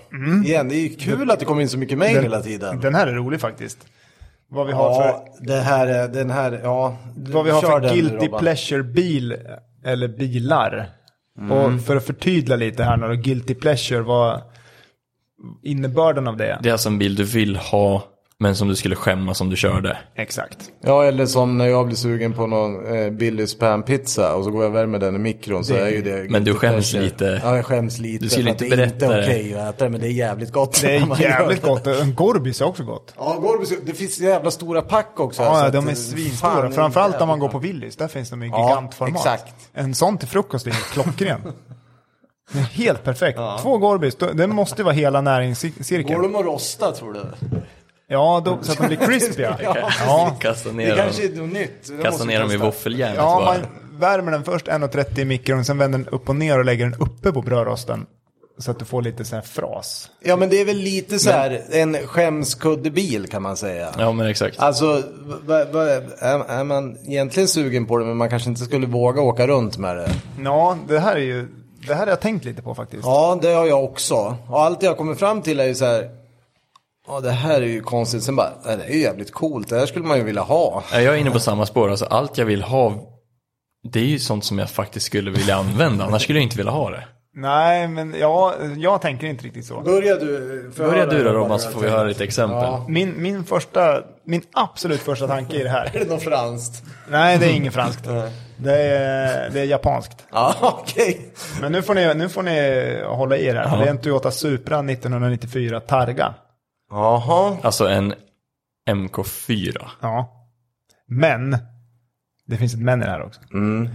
S2: Igen, det är ju kul att det kommer in så mycket mejl hela tiden.
S4: Den här är rolig faktiskt. Vad vi har
S2: Ja,
S4: för,
S2: det här, är- den här, ja.
S4: vad vi har
S2: kör den
S4: för
S2: nu,
S4: guilty
S2: Robban.
S4: pleasure-bil eller bilar. Och för att förtydliga lite här nu då, guilty pleasure, vad innebörden av det?
S3: Det är alltså en bil du vill ha, Men som du skulle skämmas om du körde.
S4: Exakt.
S2: Ja, eller som när jag blir sugen på någon eh, Billys panpizza och så går jag och värmer den i mikron så är ju det...
S3: Men du skäms lite.
S2: Ja, jag skäms lite.
S3: Du skulle
S2: för
S3: inte
S2: att det. är inte
S3: berätta det.
S2: okej att äta det, men det är jävligt gott.
S4: Det
S2: när man
S4: är
S2: gör
S4: jävligt
S2: det.
S4: gott. En Gorbis är också gott. Alltså,
S2: Ja, Gorbis, det finns jävla stora pack också. här, så
S4: Ja, ja,
S2: att,
S4: de
S2: eh, fan,
S4: är svinstora.
S2: det är
S4: Framförallt om man
S2: jävligt
S4: går på Willys. Där finns de i
S2: Ja,
S4: gigantformat.
S2: exakt.
S4: En sån till frukost är helt klockren. Den är helt perfekt. Två Gorbis, då- det måste ju vara hela
S2: gott. Går
S4: näringscirkeln.
S2: de att rosta tror du?
S4: Ja, då, så att de blir crispiga. ja,
S3: Ja. Kasta
S2: Det
S3: ner dem,
S2: kanske är något nytt. Det
S3: kasta
S2: måste
S3: ner dem i
S2: testa.
S3: våffeljärnet
S4: ja
S3: bara.
S4: man värmer den först 1,30 i mikron, sen vänder den upp och ner och lägger den uppe på brödrosten. Så att du får lite så här fras.
S2: Ja, men det är väl lite så här en skämskuddebil kan man säga.
S3: Ja men exakt.
S2: Alltså, va, va, är, är man egentligen sugen på det men man kanske inte skulle våga åka runt med det?
S4: Ja, det här är ju, det här har jag tänkt lite på faktiskt.
S2: Ja, det har jag också. Och allt jag kommer fram till är ju så här, ja det här är ju konstigt. Sen bara, "Nej, det är ju jävligt coolt, det här skulle man ju vilja ha.
S3: Ja, Jag är inne på samma spår, alltså allt jag vill ha det är ju sånt som jag faktiskt skulle vilja använda, annars skulle jag inte vilja ha det.
S4: Nej, men ja, jag tänker inte riktigt så.
S2: Börja du.
S3: Börja du då Roman så får vi höra lite exempel.
S2: Ja.
S4: Min, min första, min absolut första tanke i det här.
S2: Är det något franskt?
S4: Nej, det är inget franskt. Det är, det är japanskt.
S2: Ja, okej.
S4: Men nu får ni, nu får ni hålla i er här. Det är en Toyota Supra 1994 Targa.
S2: Jaha.
S3: Alltså en MK4.
S4: Ja. Men, det finns ett men i det här också.
S2: Mm.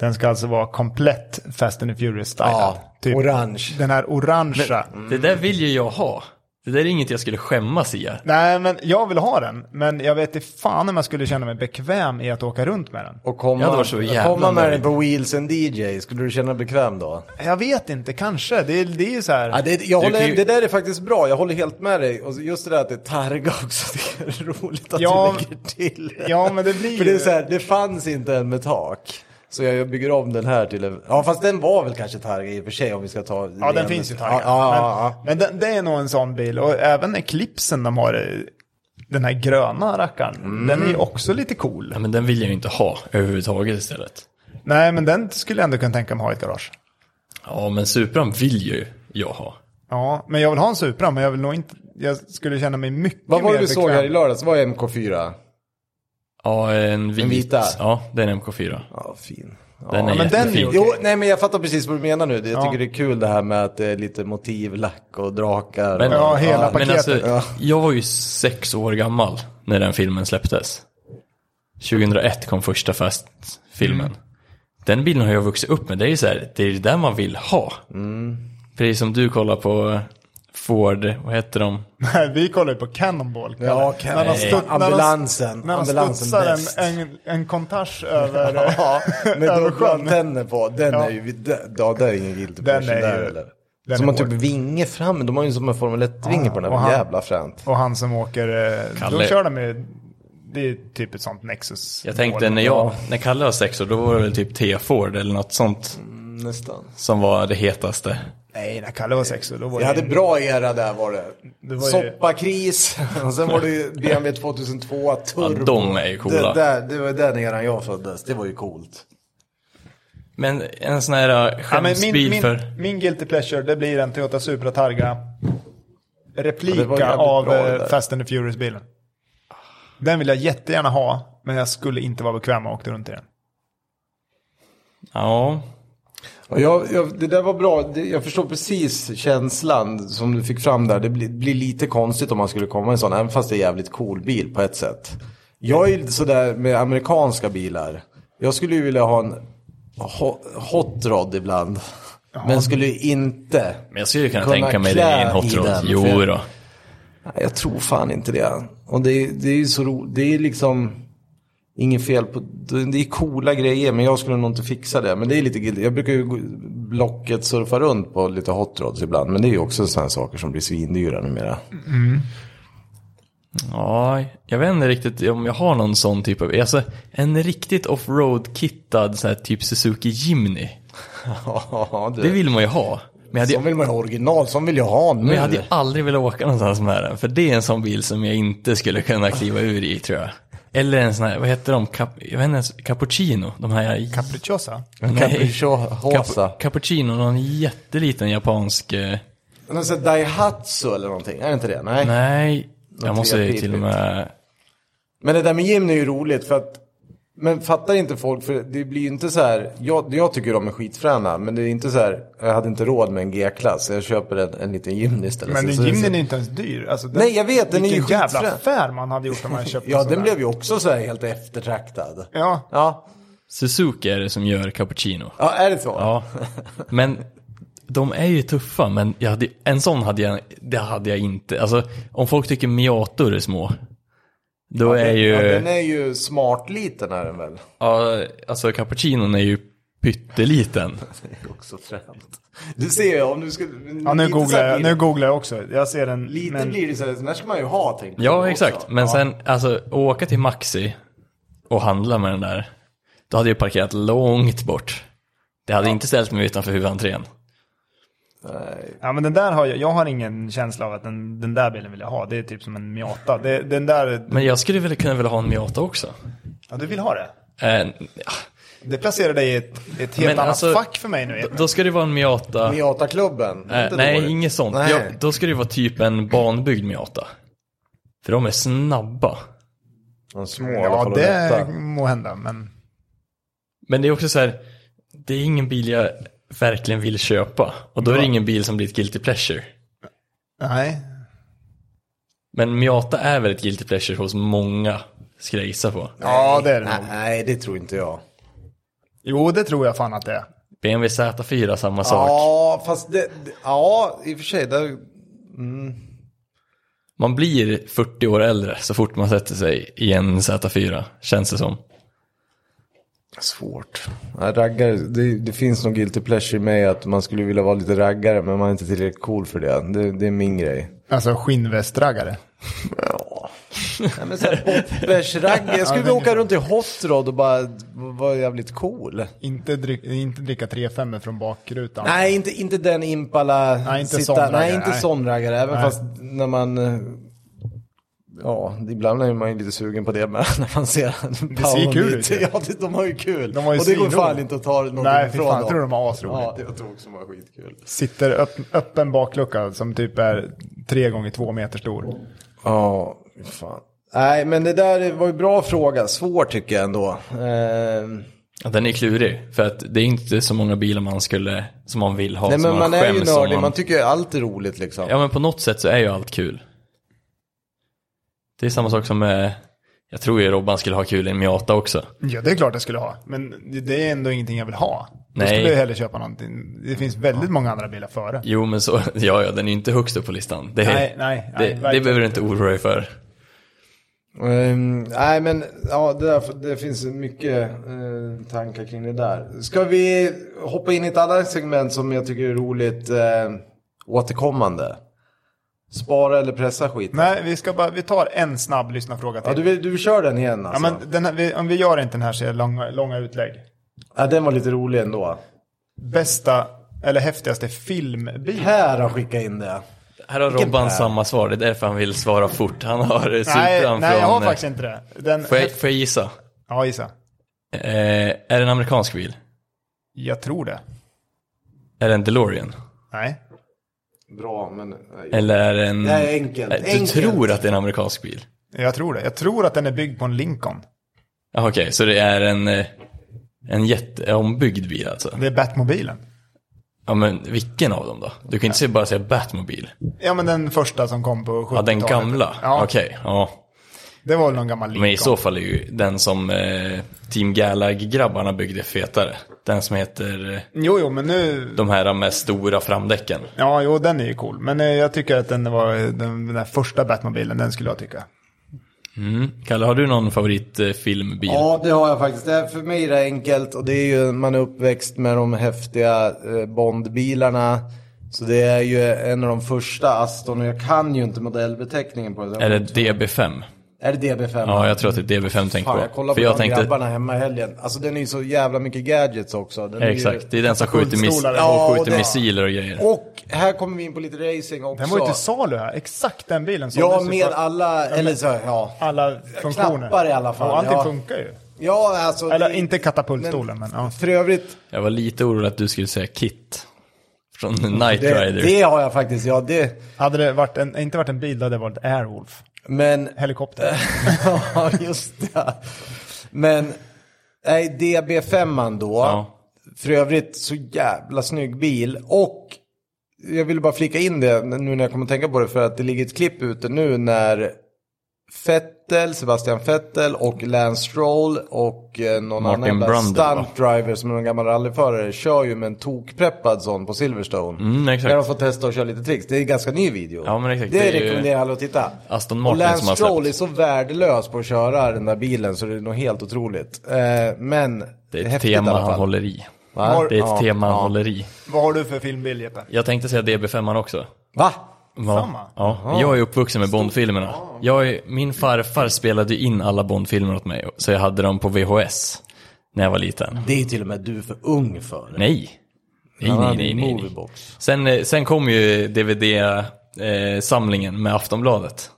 S4: Den ska alltså vara komplett Fast and the Furious-stylad.
S2: Ja,
S4: typ
S2: orange. mm.
S4: den här orangea.
S3: Det där vill ju jag ha. Det där är inget jag skulle skämmas i.
S4: Nej, men jag vill ha den. Men jag vet inte fan om jag skulle känna mig bekväm i att åka runt med den.
S2: Och
S3: Jag hade
S2: komma,
S3: varit så jävla
S2: komma med
S3: nöjd.
S2: den på Wheels and DJ, skulle du känna dig bekväm då?
S4: Jag vet inte, kanske. Det, är- det är ju så här.
S2: Ja, det, jag
S3: Du
S2: håller,
S3: kan ju-
S2: det där är faktiskt bra, jag håller helt med dig. Och just det där att det är targa också, det är roligt att
S4: Ja,
S2: du lägger till.
S4: Ja, men det blir
S2: För det är
S4: ju-
S2: så här, det fanns inte en med tak. Så jag bygger om den här till en... Ja, fast den var väl kanske targa i och för sig om vi ska ta...
S4: Ja, den finns ju taggad.
S2: Ja, ja, ja.
S4: Men, men den, det är nog en sån bil. Och även Eclipsen de har, eh, den här gröna rackaren,
S2: Mm.
S4: den är ju också lite cool.
S3: Ja, men den vill jag ju inte ha överhuvudtaget istället.
S4: Nej, men den skulle jag ändå kunna tänka mig ha i ett garage.
S3: Ja, men Supran vill ju jag ha.
S4: Ja, men jag vill ha en Supra, men jag vill nog inte... Jag skulle känna mig mycket
S2: Vad var
S4: mer
S2: det du
S4: bekväm.
S2: såg här i lördags? Vad är MK4?
S3: Ja, en vit.
S2: vita.
S3: Ja, det är en MK4.
S2: Ja, fin. Ja.
S3: Den är
S4: men den är
S3: jättefin.
S4: ju-
S2: Jo, nej men jag fattar precis vad du menar nu. Jag tycker
S4: Ja.
S2: det är kul det här med att det är lite motivlack och drakar.
S3: Men,
S4: Ja, hela
S3: men
S4: paketet.
S3: alltså,
S2: Ja.
S3: jag var ju sex år gammal när den filmen släpptes. 2001 kom första Fast-filmen. Den bilden har jag vuxit upp med. Det är ju så här, det är det där man vill ha. Precis som du kollar på eh, Ford, vad heter de?
S4: Nej, vi kollar ju på Cannonball. Kalle.
S2: Ja, Cannonball.
S4: När de
S2: Nej.
S4: stut- när de-
S2: Ambulansen.
S4: När de
S2: Ambulansen
S4: studsar
S2: bäst.
S4: en, en, en kontage över, eh,
S2: Ja, med
S4: över
S2: dubbla
S4: sjön.
S2: antenner på. Den
S4: Ja.
S2: är ju, ja, det är ingen guilty
S4: Den
S2: pleasure
S4: är
S2: där
S4: ju-
S2: eller?
S4: den
S2: Som
S4: är
S2: har typ
S4: hård. Ah,
S2: vinge fram, de har ju som en Formel 1-vinge på den
S4: och
S2: här,
S4: han-
S2: jävla fränt.
S4: Och han som åker, eh, då
S3: Kalle.
S4: kör de ju, det är ju typ ett sånt Nexus.
S3: Jag tänkte när jag, när Kalle var sex år, då var det väl typ T-Ford eller något sånt
S2: Mm, Nästan.
S3: som var det hetaste.
S4: Nej, när Kalle var sex år, då
S2: Jag
S4: var det
S2: hade bra era där var det.
S4: Det var ju-
S2: Soppakris, och sen var det ju BMW 2002, Turbo.
S3: Ja, de är ju coola.
S2: Det, där, det var den eran jag föddes, det var ju coolt.
S3: Men en sån här äh,
S4: Ja, men
S3: skämsbil
S4: min, min,
S3: för...
S4: min guilty pleasure, det blir en Toyota Supra Targa.
S2: Ja, det var
S4: Replika
S2: jävligt
S4: av
S2: bra det
S4: eh,
S2: där.
S4: Fast and the Furious-bilen. Den vill jag jättegärna ha, men jag skulle inte vara bekväm med att åka runt i den.
S3: Ja,
S2: Och Jag, jag, det där var bra, Det- jag förstår precis känslan som du fick fram där. Det blir, blir lite konstigt om man skulle komma i en sån, även fast det är en jävligt cool bil på ett sätt. Jag är ju lite sådär med amerikanska bilar. Jag skulle ju vilja ha en ho- hot rod ibland. Men skulle ju inte.
S3: men jag skulle ju kunna,
S2: Kunna
S3: tänka mig det
S2: klä
S3: i en
S2: i
S3: hot rod.
S2: den,
S3: Jo
S2: för-
S3: då.
S2: Nej, Jag tror fan inte det. Och det, är- det är ju så roligt, det är liksom inget fel på, det det är coola grejer men jag skulle nog inte fixa det. Men det är lite guilty. Jag brukar ju gå- Blocket surfa runt på lite hot rods ibland. Men det är ju också sådana saker som blir svindyra numera.
S3: Ja, jag vet inte riktigt om jag har någon sån typ av, alltså en riktigt offroad-kittad så här typ Suzuki Jimny.
S2: Ja,
S3: Det
S2: du.
S3: vill man ju ha. Men jag hade,
S2: Som vill man ha original, som vill jag ha nu.
S3: men jag hade ju aldrig velat åka någonstans med den, för det är en sån bil som jag inte skulle kunna kliva ur i tror jag. Eller en sån här, vad heter de, Cap, jag vet inte ens, cappuccino, de här...
S4: Capricciosa.
S2: Capricciosa.
S3: Cap, cappuccino, någon jätteliten japansk, eh,
S2: Någon typ. sån här Daihatsu eller någonting, är det inte det? Nej.
S3: nej, Jag måste ju till och med...
S2: Men det där med gym är ju roligt för att men fattar inte folk, för det blir ju inte så här, jag, jag tycker de är skitfräna, men det är inte så här, jag hade inte råd med en G-klass, jag köper en, en liten gymn istället.
S4: Men
S2: Så-
S4: den
S2: så-
S4: gymnen är inte ens dyr. Alltså, den,
S2: Nej, jag vet, den är ju
S4: vilken jävla
S2: skitfrän.
S4: affär man hade gjort om man köpte
S2: Ja,
S4: en sån
S2: den
S4: där.
S2: blev ju också så här helt eftertraktad.
S4: Ja,
S2: Ja,
S3: Suzuki är det som gör cappuccino.
S2: ja är det så?
S3: Ja, men de är ju tuffa, men jag hade, en sån hade jag, det hade jag inte. Alltså, om folk tycker Miator är små, då är ju,
S2: Ja,
S3: ja,
S2: den är ju smart liten är den väl?
S3: alltså cappuccinon är ju pytteliten.
S2: Det är också fränt. Du ser ju, om du skulle...
S4: ja nu,
S2: lite så
S4: googlar
S2: här
S4: jag,
S2: blir det.
S4: nu googlar jag också. Jag ser den.
S2: Liten
S4: men,
S2: blir det så här, den här ska man ju ha tänker jag
S3: Ja,
S2: också.
S3: exakt. Men sen, alltså, åka till Maxi och handla med den där, då hade jag parkerat långt bort. Det hade inte ställt mig utanför huvudentrén.
S2: Nej.
S4: Ja, men den där har jag, jag har ingen känsla av att den, den där bilen vill jag ha. Det är typ som en Miata. Det, den där,
S3: Men jag skulle väl kunna vilja ha en Miata också.
S4: ja du vill ha det?
S3: Eh,
S4: Det placerar dig i ett, ett helt
S3: Men
S4: annat
S3: alltså-
S4: fack för mig nu.
S3: då ska det vara en Miata.
S2: Miata-klubben.
S3: Eh,
S2: inte
S3: nej,
S2: dåligt.
S3: inget sånt.
S2: Nej.
S3: Ja, då ska det vara typ en banbyggd Miata. För de är snabba.
S2: De små i alla
S4: Ja,
S2: fall och
S4: det
S2: lätta.
S4: må hända, men...
S3: Men det är också så här, det är ingen bil jag verkligen vill köpa. Och då är det ingen bil som blir ett guilty pleasure.
S4: Nej.
S3: Men Miata är väl ett guilty pleasure hos många, ska jag gissa på.
S4: Ja, det är det nog.
S2: Nej, det tror inte jag.
S4: Jo, det tror jag fan att det är.
S3: BMW Z4, samma sak.
S2: Ja, fast det, det- ja, i och för sig. Där,
S3: Man blir 40 år äldre så fort man sätter sig i en Z4, känns det som.
S2: Svårt. Ja, raggare, det, det finns nog guilty pleasure i mig att man skulle vilja vara lite raggare men man är inte tillräckligt cool för det. Det, det är min grej.
S4: Alltså skinnvästraggare.
S2: Ja. Nej, men så här poppers-ragg. Jag skulle vilja åka runt i hot rod och bara vara jävligt cool.
S4: Inte, dryck, inte dricka 3-5 från bakrutan.
S2: Nej, inte, inte den Impala.
S4: Nej, inte sån raggare,
S2: Nej, inte
S4: nej.
S2: sån raggare. Även fast när man... eh, Ja, ibland är man ju lite sugen på det med när man ser Det
S4: ser ju kul ut ju.
S2: Ja, det- de har ju kul.
S4: De har ju
S2: och det går
S4: svinroligt.
S2: fan inte att ta någonting
S4: Nej, fy
S2: ifrån
S4: fan, jag
S2: dem.
S4: tror de har asroligt.
S2: Ja, jag tror också de har skitkul.
S4: Sitter öpp, öppen baklucka som typ är 3 gånger 2 meter stor.
S2: Ja, fan. Nej, men det där var ju bra fråga. Svår tycker jag ändå. Ehm,
S4: Alltså,
S3: Ja, Den är klurig, för att det är inte så många bilar man skulle, som man vill ha.
S2: nej,
S3: som
S2: men man är ju
S3: skäms om
S2: nördig. Man tycker ju allt är roligt liksom.
S3: Ja men på något sätt så är ju allt kul. Det är samma sak som eh, jag tror ju Robban skulle ha kul i en Miata också.
S4: Ja, det är klart jag skulle ha. Men det- det är ändå ingenting jag vill ha. Då
S3: Nej.
S4: skulle jag hellre köpa någonting. Det finns väldigt många andra bilar före.
S3: Jo men så, ja ja den är ju inte högst upp på listan. Det,
S4: Nej, nej, nej,
S3: det, det
S4: verkligen.
S3: behöver du inte oroa dig för.
S2: Ehm, nej men ja, det, där, det finns mycket eh, tankar kring det där. Ska vi hoppa in i ett annat segment som jag tycker är roligt eh, återkommande? Spara eller pressa skit?
S4: Nej, vi, ska bara, vi tar en snabb lyssnarfråga till.
S2: Ja, du, vill- du kör den igen
S4: Ja,
S2: alltså? Ja,
S4: men den här, vi, om vi gör inte den här så är det långa, långa utlägg.
S2: den var lite rolig ändå.
S4: Bästa eller häftigaste filmbil?
S2: Per har skickat in det.
S3: Här har
S2: pär.
S3: Robban samma svar, det är därför han vill svara fort. Han har eh,
S4: Nej,
S3: supan
S4: nej, jag har
S3: från... eh,
S4: faktiskt inte det. Den,
S3: får, jag, får jag gissa?
S4: Ja, gissa.
S3: Eh, är det en amerikansk bil?
S4: Jag tror det.
S3: Är det en DeLorean?
S4: Nej.
S2: Bra, men... eh, Nej.
S3: Eller är det en...
S2: Nej, enkelt.
S3: Eh, Du
S2: enkelt.
S3: tror att det är en amerikansk bil?
S4: Jag tror det. Jag tror att den är byggd på en Lincoln.
S3: Ja, Okej, så det är en, eh, en jätteombyggd bil alltså?
S4: Det är Batmobilen.
S3: Ja men vilken av dem då? Du kan inte bara säga Batmobil.
S4: Ja, men den första som kom på 70-talet.
S3: Ja den gamla?
S4: Ja,
S3: Okej, ja.
S4: det var väl någon gammal Lincoln.
S3: Men i så fall är ju den som eh, Team Galag-grabbarna byggde fetare. Den som heter eh,
S4: Jo, jo, men nu...
S3: de här med stora framdäcken.
S4: Ja, jo, den är ju cool. Men eh, jag tycker att den var den, den där första Batmobilen, den skulle jag tycka.
S3: Mm. Kalle, har du någon eh, favoritfilmbil?
S2: Ja, det har jag faktiskt. Det är för mig är det enkelt och det är ju, man är uppväxt med de häftiga eh, Bondbilarna. Så det är ju en av de första Aston och jag kan ju inte modellbeteckningen på det.
S3: Är det DB5?
S2: Är det DB5?
S3: Ja, jag tror att det är DB5 tänk
S2: Fan,
S3: på.
S2: jag kollade på
S3: För
S2: de
S3: jag tänkte,
S2: grabbarna hemma i helgen. Alltså den är ju så jävla mycket gadgets också. Den är ju-
S3: exakt, det är den som skjuter, mis-
S4: Katapultstolar.
S2: Ja,
S3: och skjuter
S2: det-
S3: missiler och grejer.
S2: Och här kommer vi in på lite racing också.
S4: Den var ju till salu här. Exakt den bilen. som
S2: Ja,
S4: du ser
S2: med
S4: på-
S2: alla, eller så, ja.
S4: alla funktioner.
S2: Knappar i alla fall,
S4: Ja, allting
S2: ja.
S4: funkar ju.
S2: Ja, alltså.
S4: Eller
S2: det-
S4: inte katapultstolen, men, ja.
S2: För övrigt,
S3: Jag var lite orolig att du skulle säga Kit. Från Knight
S2: det,
S3: Rider.
S2: det har jag faktiskt. Ja, det...
S4: Hade det varit en, inte varit en bil, då hade det varit Airwolf.
S5: Men
S4: Helikopter.
S5: ja, just det. Men, nej, DB5 då.
S7: Ja.
S5: För övrigt, så jävla snygg bil. Och jag ville bara flika in det nu när jag kommer att tänka på det. För att det ligger ett klipp ute nu när Fettel, Sebastian Fettel och Lance Stroll och eh, någon
S7: Martin
S5: annan jävla
S7: Brundle, va?
S5: stunt driver som är en gammal rallyförare kör ju med en tokpreppad sån på Silverstone.
S7: Mm, exakt.
S5: Där de får testa och köra lite tricks. Det är en ganska ny video.
S7: Ja, men exakt.
S5: Det,
S7: Det är ju-
S5: rekommenderar alla att titta.
S7: Aston
S5: Och
S7: Martin
S5: Lance
S7: som har
S5: Stroll är
S7: släppt.
S5: så värdelös på att köra den där bilen så det är nog helt otroligt. Eh, men
S3: Det är ett
S5: häftigt i
S3: tema
S5: alla
S3: han
S5: fall.
S3: håller i.
S5: Va?
S3: Det är ett
S5: Ja,
S3: tema han
S5: ja.
S3: håller i.
S4: Vad har du för filmbil Jeppe?
S3: Jag tänkte säga DB5 också.
S5: Va?
S3: Ja.
S4: Samma?
S3: Ja, jag är uppvuxen med Bondfilmerna. Jag är, min farfar spelade ju in alla Bondfilmer åt mig, så jag hade dem på VHS när jag var liten.
S5: Det är till och med du för ung för.
S3: Nej. Nej,
S5: Han
S3: nej,
S5: hade
S3: nej,
S5: en
S3: nej, nej.
S5: moviebox.
S3: Sen, eh, sen kom ju DVD-samlingen eh, med Aftonbladet.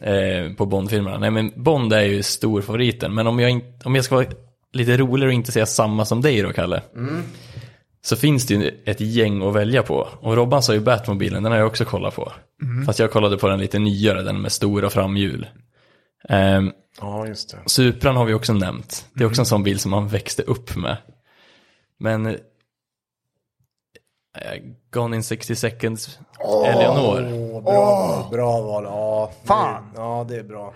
S3: Eh, på Bond-filmerna. Nej men Bond är ju storfavoriten. Men om jag, in- om jag ska vara lite roligare och inte säga samma som dig då Kalle. Så finns det ju ett gäng att välja på. Och Robban sa ju Batmobilen, den har jag också kollat på. Fast jag kollade på den lite nyare, den med stora framhjul. Ehm,
S2: Ja, just det.
S3: Supran har vi också nämnt. Det är också en sån bil som man växte upp med. Men eh, Gone in 60 seconds, Eleanor.
S5: Åh, bra, val, bra val. Ja,
S4: Fan.
S5: Det, ja, det är bra.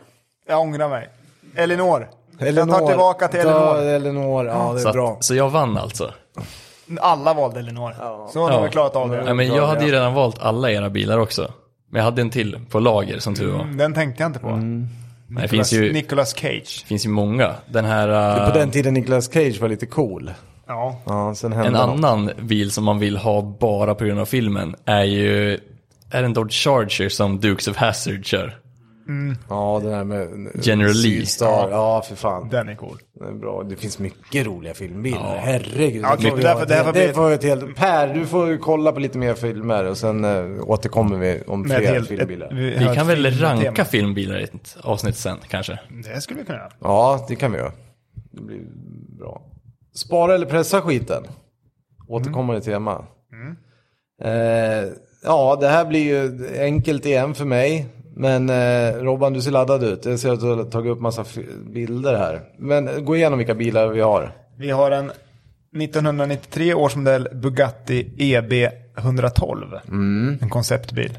S4: Jag ångrar mig. Elinor. Jag tar tillbaka till Elinor.
S5: Ja, Eleanor. Ja, det
S3: Så,
S5: är bra.
S3: att, så jag vann alltså.
S4: Alla valde Elinor. Så nu har vi klarat av det.
S3: Ja, men jag hade ju redan valt alla era bilar också. Men jag hade en till på lager som tur var.
S4: Mm, Den tänkte jag inte på.
S3: Men det finns ju,
S4: Nicolas Cage.
S3: finns ju många. Den här, eh,
S5: På den tiden Nicolas Cage var lite cool.
S4: Ja.
S5: Ja, sen hände
S3: en
S5: något.
S3: annan bil som man vill ha bara på grund av filmen är ju, är en Dodge Charger som Dukes of Hazzard kör.
S5: Ja, den här med...
S3: General Lee.
S5: Star. Ja, för fan.
S4: Den är cool.
S5: Det är bra. Det finns mycket roliga filmbilar. Herregud.
S4: Ja,
S5: det får
S4: typ
S5: vi
S4: därför-
S5: ha ett-
S4: därför blir-
S5: det får vi ett helt... Per, du får ju kolla på lite mer filmer och sen eh, återkommer vi om
S4: Med ett
S5: fler
S4: helt-
S5: filmbilar.
S4: ett- vi
S3: Vi
S4: har ett
S3: kan väl
S4: filmtema.
S3: ranka filmbilar i ett avsnitt sen kanske.
S4: Det skulle vi kunna göra.
S5: Ja, det kan vi göra. Det blir bra. Spara eller pressa skiten. Återkommande tema.
S4: Mm.
S5: Eh, ja, det här blir ju enkelt igen för mig. Men eh, Robban, du ser laddad ut. Jag ser att du har tagit upp massa f- bilder här. Men eh, gå igenom vilka bilar vi har.
S4: Vi har en 1993 års modell Bugatti EB 112. En konceptbil.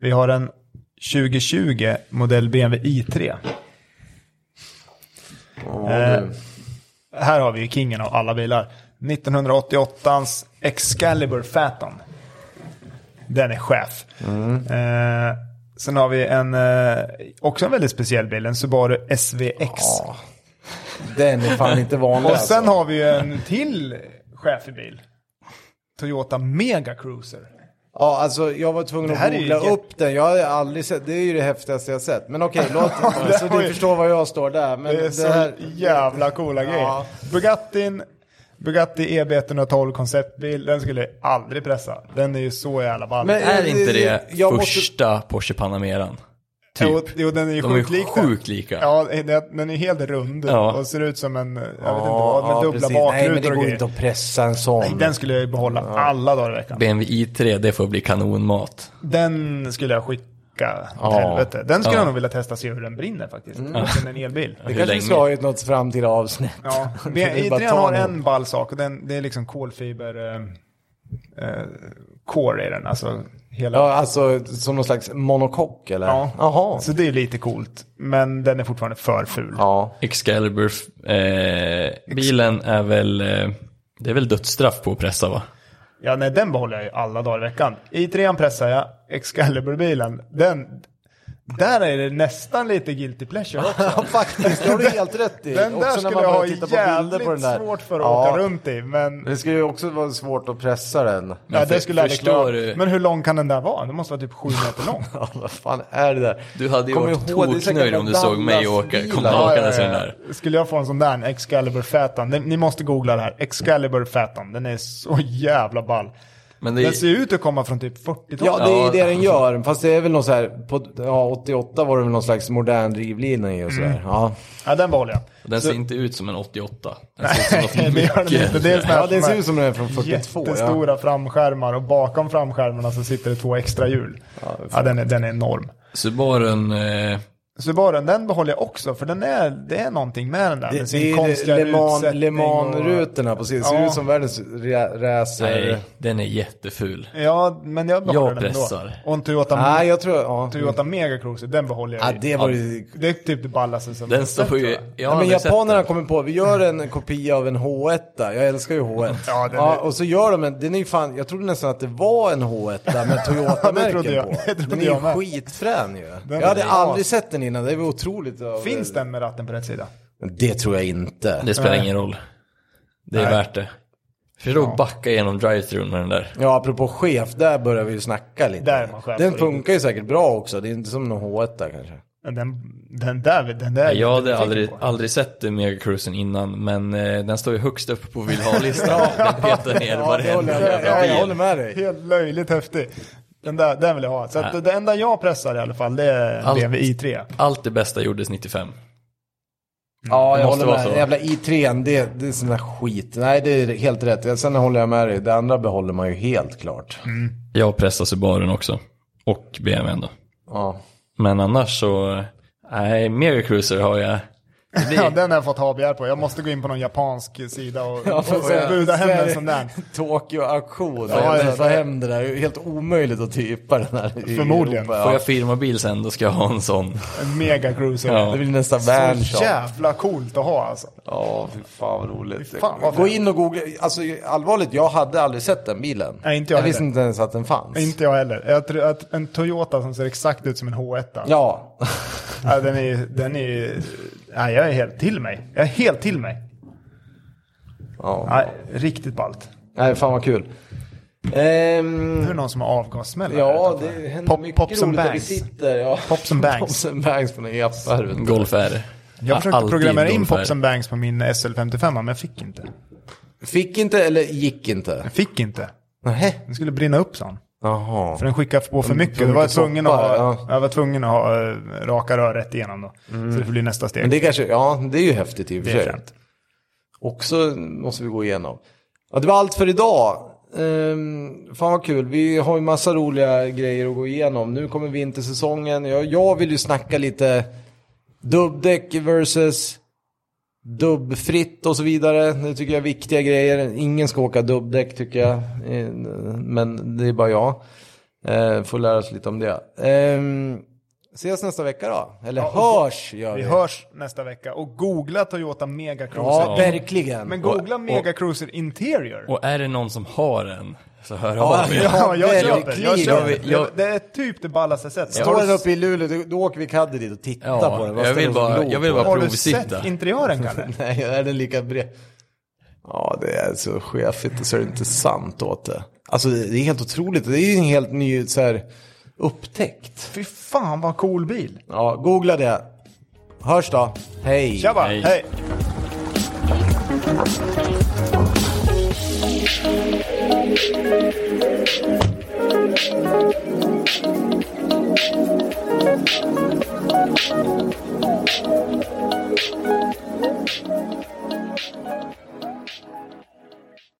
S4: Vi har en 2020 modell BMW i3. eh, här har vi ju kingen av alla bilar. 1988ans Excalibur Phaeton. Den är chef. Eh, sen har vi en, eh, också en väldigt speciell bil, en Subaru SVX.
S5: Den är fan inte vanlig.
S4: Och sen
S5: alltså.
S4: har vi ju en till chefbil. Toyota Mega Cruiser.
S5: Ja, alltså jag var tvungen
S4: Det här
S5: att
S4: är ju
S5: googla
S4: jätte-
S5: upp den. Jag har aldrig sett, det är ju det häftigaste jag sett. Men okej, låt,
S4: det
S5: så
S4: var
S5: du
S4: ju-
S5: förstår var jag står där. Men
S4: Det är
S5: det,
S4: så
S5: här,
S4: jävla coola grejer. Bugattin, Bugatti E EB 112 konceptbil, den skulle jag aldrig pressa. Den är ju så jävla ball.
S5: Men-
S3: Är inte det
S5: Jag måste-
S3: första Porsche Panameran?
S4: jo,
S3: Typ.
S4: jo, den är ju
S3: De är
S4: sjukt lik den.
S3: sjukt lika.
S4: Ja, det- den är ju helt rund
S3: Ja.
S4: och ser ut som en, jag vet inte vad, med dubbla
S5: precis. Nej, men det
S4: bakrutor och
S5: går
S4: grejer.
S5: inte att pressa en sån.
S4: Nej, Den skulle jag ju behålla alla dagar i veckan.
S3: BMW i3, det får bli kanonmat.
S4: Den skulle jag skicka åt helvete. Den skulle jag nog vilja testa se hur den brinner faktiskt.
S5: Mm.
S4: Eftersom den är en elbil.
S5: Det
S3: Hur
S5: kanske vi
S3: länge?
S5: ska ha i något framtida avsnitt.
S4: Ja,
S5: Det är
S4: i
S5: bara
S4: trean
S5: ta
S4: har
S5: något.
S4: en ball sak och den, det är liksom kolfiber eh, eh, core i den. Alltså hela.
S5: Ja, alltså som någon slags monokock eller?
S4: Ja.
S5: Jaha.
S4: Så det är lite coolt. Men den är fortfarande för ful.
S5: Ja.
S3: Excalibur, eh, bilen är väl, eh, det är väl dödsstraff på att pressa va?
S4: Ja, nej, den behåller jag ju alla dagar i veckan. I trean pressar jag Excalibur-bilen. Den, där är det nästan lite guilty pleasure också.
S5: ja, faktiskt. Det har du helt rätt i.
S4: Den
S5: Också
S4: där
S5: när
S4: skulle
S5: man
S4: jag
S5: börjar
S4: ha
S5: titta på bilder
S4: jävligt
S5: på den där.
S4: svårt för att
S5: Ja.
S4: åka runt i. Men
S5: Det skulle ju också vara svårt att pressa den.
S4: ja, det
S3: för-
S4: skulle jag aldrig
S3: förstår
S4: klara.
S3: du-
S4: Men hur lång kan den där vara? Den måste vara typ sju meter lång.
S5: Ja, vad fan är det där?
S3: Du hade ju
S5: Kommer
S3: varit
S5: ihåg, det är säkert
S3: toknöjd om du såg mig
S5: Dallas
S3: åka,
S5: bilar.
S3: komma åkandes i den där.
S4: Skulle jag få en sån där, en Excalibur Phaeton. Den- Ni måste googla det här. Excalibur Phaeton. Den är så jävla ball.
S3: Men det
S4: Den
S3: är,
S4: ser ut att komma från typ 40-talet.
S5: Ja, det är ju
S3: Ja.
S5: det den gör. Fast det är väl någon så här, på, ja, 88 var det väl någon slags modern drivlina i och sådär. Ja.
S4: Mm. Ja, den behåller jag.
S3: den ser inte ut som en 88. Den ser ut som något
S4: Det gör den inte.
S3: mycket.
S4: Det är såna här
S5: ja, den
S4: som
S5: ser
S4: är
S5: ut som den är från 42. Ja.
S4: Jättestora framskärmar och bakom framskärmarna så sitter det två extra hjul. Ja, den, är, den är enorm.
S3: Subaren, eh,
S4: Subaren, den behåller jag också, för den är, det är någonting med den där. med
S5: Det,
S4: sin
S5: det
S4: konstiga
S5: är Le Man-
S4: utsättning
S5: Le
S4: och-
S5: Man-rutorna på sidan. Ser
S4: Ja.
S5: ut som världens ra- racer.
S3: nej, den är jätteful.
S4: Ja, men jag behåller
S3: Jag
S4: den ändå.
S3: pressar.
S4: Och en Toyota,
S5: Nej, jag tror... Ja.
S4: Toyota Mega Cruiser, den behåller jag
S5: Ja,
S4: i.
S5: det var ju...
S4: Det är typ det ballaste som
S3: Den står ju... Jag har
S5: Nej, men
S3: aldrig sett
S5: japanerna
S3: den.
S5: kommer på, vi gör en kopia av en H1. Jag älskar ju H1.
S4: Ja, den är-
S5: och så gör de en, den är ju fan, jag trodde nästan att det var en H1 med Toyota-märken
S4: trodde jag-
S5: på.
S4: det trodde
S5: Den är ju
S4: jag med.
S5: skitfrän ju.
S4: Den
S5: jag hade
S4: är
S5: aldrig
S4: as.
S5: sett den innan, det var otroligt. av-
S4: Finns den med ratten på rätt sida?
S5: Det tror jag inte.
S3: Det spelar ingen roll. Det är värt det. Förstå att backa igenom drive-thrun med den där.
S5: Ja, apropå chef, där börjar vi ju snacka lite.
S4: Där är man chef
S5: den
S4: på
S5: funkar ju säkert bra också, det är inte som någon H1 där kanske.
S4: Men Den, den där, den där.
S3: Jag hade
S4: den
S3: aldrig,
S4: tänker på.
S3: aldrig sett megacruisen innan, men eh, den står ju högst upp på vill ha-listan. Den petar ner varenda jävla
S5: jag, jag
S3: bil.
S5: håller med dig.
S4: Helt löjligt häftig. Den där, den vill jag ha. Så att det enda jag pressar i alla fall, det är
S3: Allt.
S4: BMW i3.
S3: Allt det bästa gjordes 95.
S5: Ja, jag
S3: Det
S5: håller
S3: måste
S5: med.
S3: vara så.
S5: Jävla i3, det, det är sån där skit. Nej, det är helt rätt. Ja, Sen håller jag med dig, det andra behåller man ju helt klart.
S3: Jag pressar Subaren också. Och BMWn då.
S5: Ja.
S3: Men annars så, nej, megacruiser har jag.
S4: Ja, den har jag fått habegär på. Jag måste gå in på någon japansk sida och, och,
S5: får
S4: så
S5: jag-
S4: buda hem en
S5: Alltså, Sverige-
S4: sån där.
S5: Tokyo-auktion,
S4: Ja,
S5: ja,
S4: ja,
S5: ta
S4: det-
S5: hem det där. Det är Helt omöjligt att typa den här i
S4: Förmodligen.
S5: Europa, Ja.
S3: Får jag firmabil sen, då ska jag ha en sån.
S4: En mega cruiser.
S3: Ja.
S5: Det blir nästan vanshop.
S4: Så jävla coolt att ha alltså.
S5: Ja, fy fan vad roligt.
S4: fan, vad
S5: Gå
S4: fett.
S5: in och googla. Alltså allvarligt, jag hade aldrig sett den bilen.
S4: Nej, inte jag
S5: jag visste
S4: heller.
S5: inte ens att den fanns.
S4: Inte jag heller. Jag tror att en Toyota som ser exakt ut som en alltså. H1. Ja.
S5: Ja,
S4: den är ju- den är ju... Nej, jag är helt till mig. Jag är helt till mig.
S5: ja.
S4: Nej, riktigt ballt.
S5: Nej, fan vad kul. Ehm,
S4: Nu är det någon som har avgassmällare.
S5: ja, det händer
S4: Pop-
S5: mycket
S4: pops and
S5: roligt där vi
S4: bangs.
S5: sitter. Ja.
S4: Pops and bangs.
S5: Pops and bangs på den e-affären.
S3: Golf är det.
S4: Jag försökte
S3: Alltid
S4: programmera in
S3: Golf är
S4: Pops
S3: det.
S4: and Bangs på min SL55, men jag fick inte.
S5: Fick inte eller gick inte?
S4: Jag fick inte.
S5: Nej.
S4: Den skulle brinna upp, sa han.
S5: Jaha.
S4: För den skickade på för mycket.
S5: för
S4: Då var jag,
S5: mycket
S4: tvungen att
S5: soppar,
S4: ha,
S5: ja. Mm.
S4: jag var tvungen att ha eh, raka rör rätt igenom då. Så det blir nästa steg.
S5: Men det kanske, ja det är ju häftigt i och för
S4: Det är
S5: sig.
S4: fränt.
S5: Också måste vi gå igenom. Ja, det var allt för idag. Ehm, fan vad kul, vi har ju massa roliga grejer att gå igenom. Nu kommer vintersäsongen. Jag, jag vill ju snacka lite dubbdäck versus dubbfritt och så vidare. Det tycker jag är viktiga grejer. Ingen ska åka dubbdäck tycker jag. Eh, Men det är bara jag. Eh, får lära oss lite om det. Ehm, ses nästa vecka då. Eller hörs gör
S4: Vi
S5: vi.
S4: hörs nästa vecka och googla Toyota Mega Cruiser.
S5: Ja, verkligen.
S4: Men googla
S3: Och-
S4: Mega Cruiser Interior.
S3: Och är det någon som har en, så hör
S5: Ja,
S3: av er.
S4: ja, jag
S5: verkligen.
S4: köper. Jag köper.
S3: Jag- jag-
S4: Det är typ det ballaste sättet.
S5: Står den uppe i Luleå, då, då åker vi Kadde dit och tittar
S3: Ja,
S5: på den.
S3: jag
S5: ställer
S3: vill
S5: vi oss och
S3: bara-
S5: glor
S3: jag vill
S5: på?
S3: bara-
S4: Har du
S3: provsitta.
S4: sett interiören Kalle?
S5: Nej, är den lika bred? Ja, det är så chefigt så är det inte sant åt det. Alltså det det är helt otroligt. Det är ju en helt ny så här, upptäckt.
S4: Fy fan vad cool bil.
S5: Ja, googla det. Hörs då. Hej.
S4: Tjabba,
S3: Hej.
S4: hej.